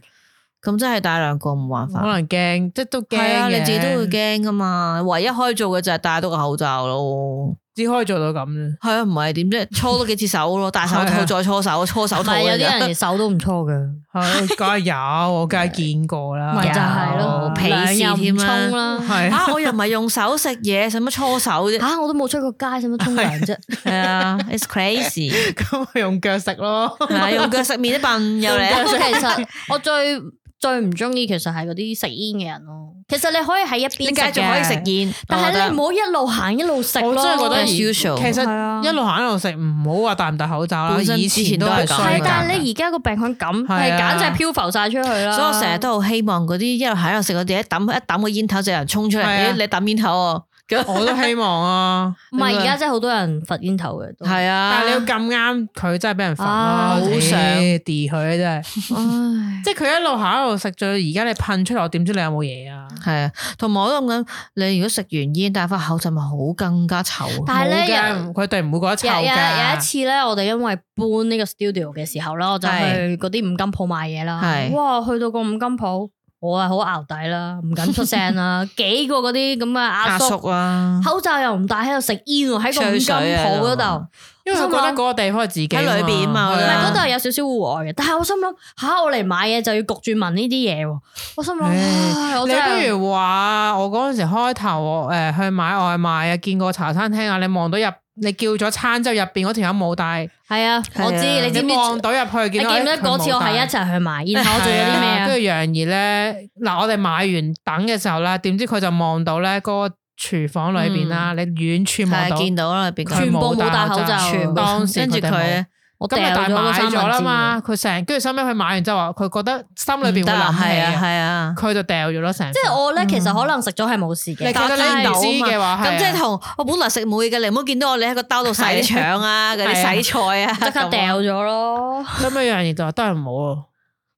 咁真係戴兩個冇辦
係，可
法。
能驚，即係都驚
啊係啊，
嘅
你自己都會驚噶嘛，唯一可以做嘅就係戴多個口罩咯。
只可以做到咁 啫。
係啊，唔係點啫？搓多幾次手 咯，戴手
係
套
啊
再搓手，搓手
唔
套
係有
嘅
啲人
啫。
連手都唔搓嘅，
係，梗係有，我梗係見過啦。
咪就係咯
有，鄙視
兩又
添啊
唔
啦
沖啦。
係啊
啊！我又唔係用手食嘢，使乜搓手 啫？
吓，我都冇出過街，使乜沖涼啫？
係啊，it's crazy，
咁咪用腳食咯。
係啊用腳食麵都笨 又嚟啊
不。過其實 我最最唔中意其實係嗰啲食煙嘅人咯。其實你可以喺一邊
你繼
食
續可以食
嘅，
煙，
但
我覺
係
得
你唔好一路行一路食咯。
我真係覺得而
As
其
usual
係啊
實一路行一路食，唔好話戴唔戴口罩啦。
本身
以
之前
都係
都係咁
衰
係啊
㗎，
但係你而家個病菌咁，係
係啊
簡直係漂浮晒出去啦。
所以我成日都好希望嗰啲一路喺度食嗰啲，一抌一抌個煙頭就有人衝出嚟，
係啊
咦你抌煙頭啊？
我都希望啊。
唔係而家真係好多人罰煙頭嘅，都
係 啊，
但係你要咁啱佢真係俾人罰
啊
啦，
好
屌
想
跌佢真係，
唉，
即係佢一路行一路食咗，而家你噴出嚟，我點知你有冇嘢啊？
係啊，同埋我都諗緊，你如果食完煙戴翻口罩，咪好更加臭啊。
但係咧有。
冇㗎佢哋唔會覺得臭
有有有一
㗎。
次咧，我哋因為搬呢個 studio 嘅時候啦，我就去
係
嗰啲五金鋪買嘢啦。
係
哇，去到個五金鋪，我啊係好淆底啦，唔敢出 聲啦。幾個嗰啲咁嘅阿
阿
叔，
叔啊，
口罩又唔戴，喺度食煙喎，喺個五金
啊
鋪
吹水喺
嗰度
度。
因為佢覺得嗰個地方係自己
喺裏邊啊嘛
唔
係
係
啊
嗰度係有少少戶外嘅，但係我心諗吓，我嚟買嘢就要焗住聞呢啲嘢喎。我心諗，
唉
唉我
你
真
不
係
如話我嗰陣時開頭我誒去買外賣啊，見過茶餐廳啊，你望到入你叫咗餐之後入邊嗰條友冇帶，
係啊，
係啊
我知你知
你
唔知？
望到入去
你
見
記
到
唔記得
哎佢冇
嗰次我係
帶
一齊去買，然後我做咗啲咩
係跟
啊？
住楊怡咧，嗱我哋買完等嘅時候咧，點知佢就望到咧嗰個廚房裏邊
嗯
啦，你遠處望
係啊
到，
見到啦，入邊
佢
啊全部冇戴口罩全
全
部
當時
跟住
哋冇
佢。
我
咁
掉
咪
咗
但
個
買
三
咗
文
啦
治
嘛，佢成跟住收尾佢買完之後話，佢覺得心裏邊
得
會
啊，
諗
係啊，
起啊，
係啊。
佢就掉咗咯成份。
即係我咧，其實可能食咗係冇事嘅，
嗯你
但
覺得
係
你唔
但係
知嘅話，係啊
咁即係同我本來食冇嘢嘅，你唔好見到我你喺個兜度洗啲腸啊，嗰啲
係啊
洗菜啊，
即刻掉咗咯，
咁樣樣嘢就都係唔好啊。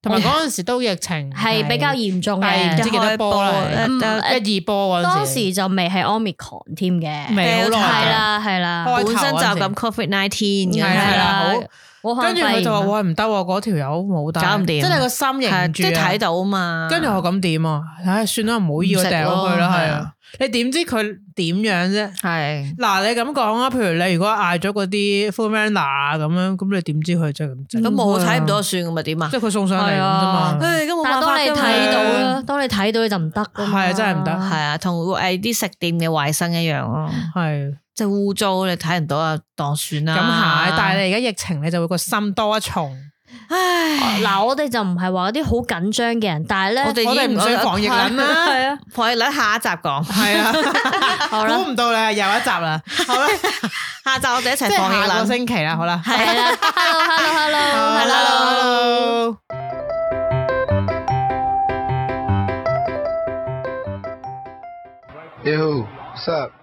同埋嗰陣時都疫情
係比較嚴重
但係唔知
嘅。
幾多波啦，
嗯
一二波嗰陣
當時就未係 omicron 添嘅，
未好哦
掉
係
耐㗎。
啦係啦，
開
本
頭
身就
嗰陣時
咁 covid nineteen
啊係啊
咁
啦係
樣
啦，好
係啦。我
跟住佢就話：喂唔得喎，嗰條友冇帶，
搞唔掂啊
真係個心認
係
唔住
即係
啊
睇。到啊嘛。
跟住我咁點啊？唉，算啦，唔好要
唔食
掉咗佢啦，
咯
係
係
啊
啊。
你點知佢點樣啫？
系
嗱，你咁講啊，譬如你如果嗌咗嗰啲 full man 啊咁樣，咁你點知佢真係咁整？
咁冇睇唔到就算咁咪點啊
即？係佢送上嚟咁啫
係
嘛
啊。
唉，咁冇
但係
辦
當
法
你
㗎嘛
睇到啦，當你睇到你就唔得噶，
係啊真係唔得
係啊，同诶啲食店嘅衞生一樣咯，
係
即係污糟你睇唔到啊，當算啦。
咁係，但係你而家疫情，你就會個心多一重。
唉，
嗱，我哋就唔係話嗰啲好緊張嘅人，但係咧，
我哋
我哋唔想防疫撚啦，
係啊，
我哋等下一集講，
係啊，
好啦
估唔到啦，又一集啦，好啦，
下集我哋一
即
齊
係
放嘢
下個
啦。
星期啦，好啦，
係啦，hello hello hello hello。
hello。
Yo, what's up?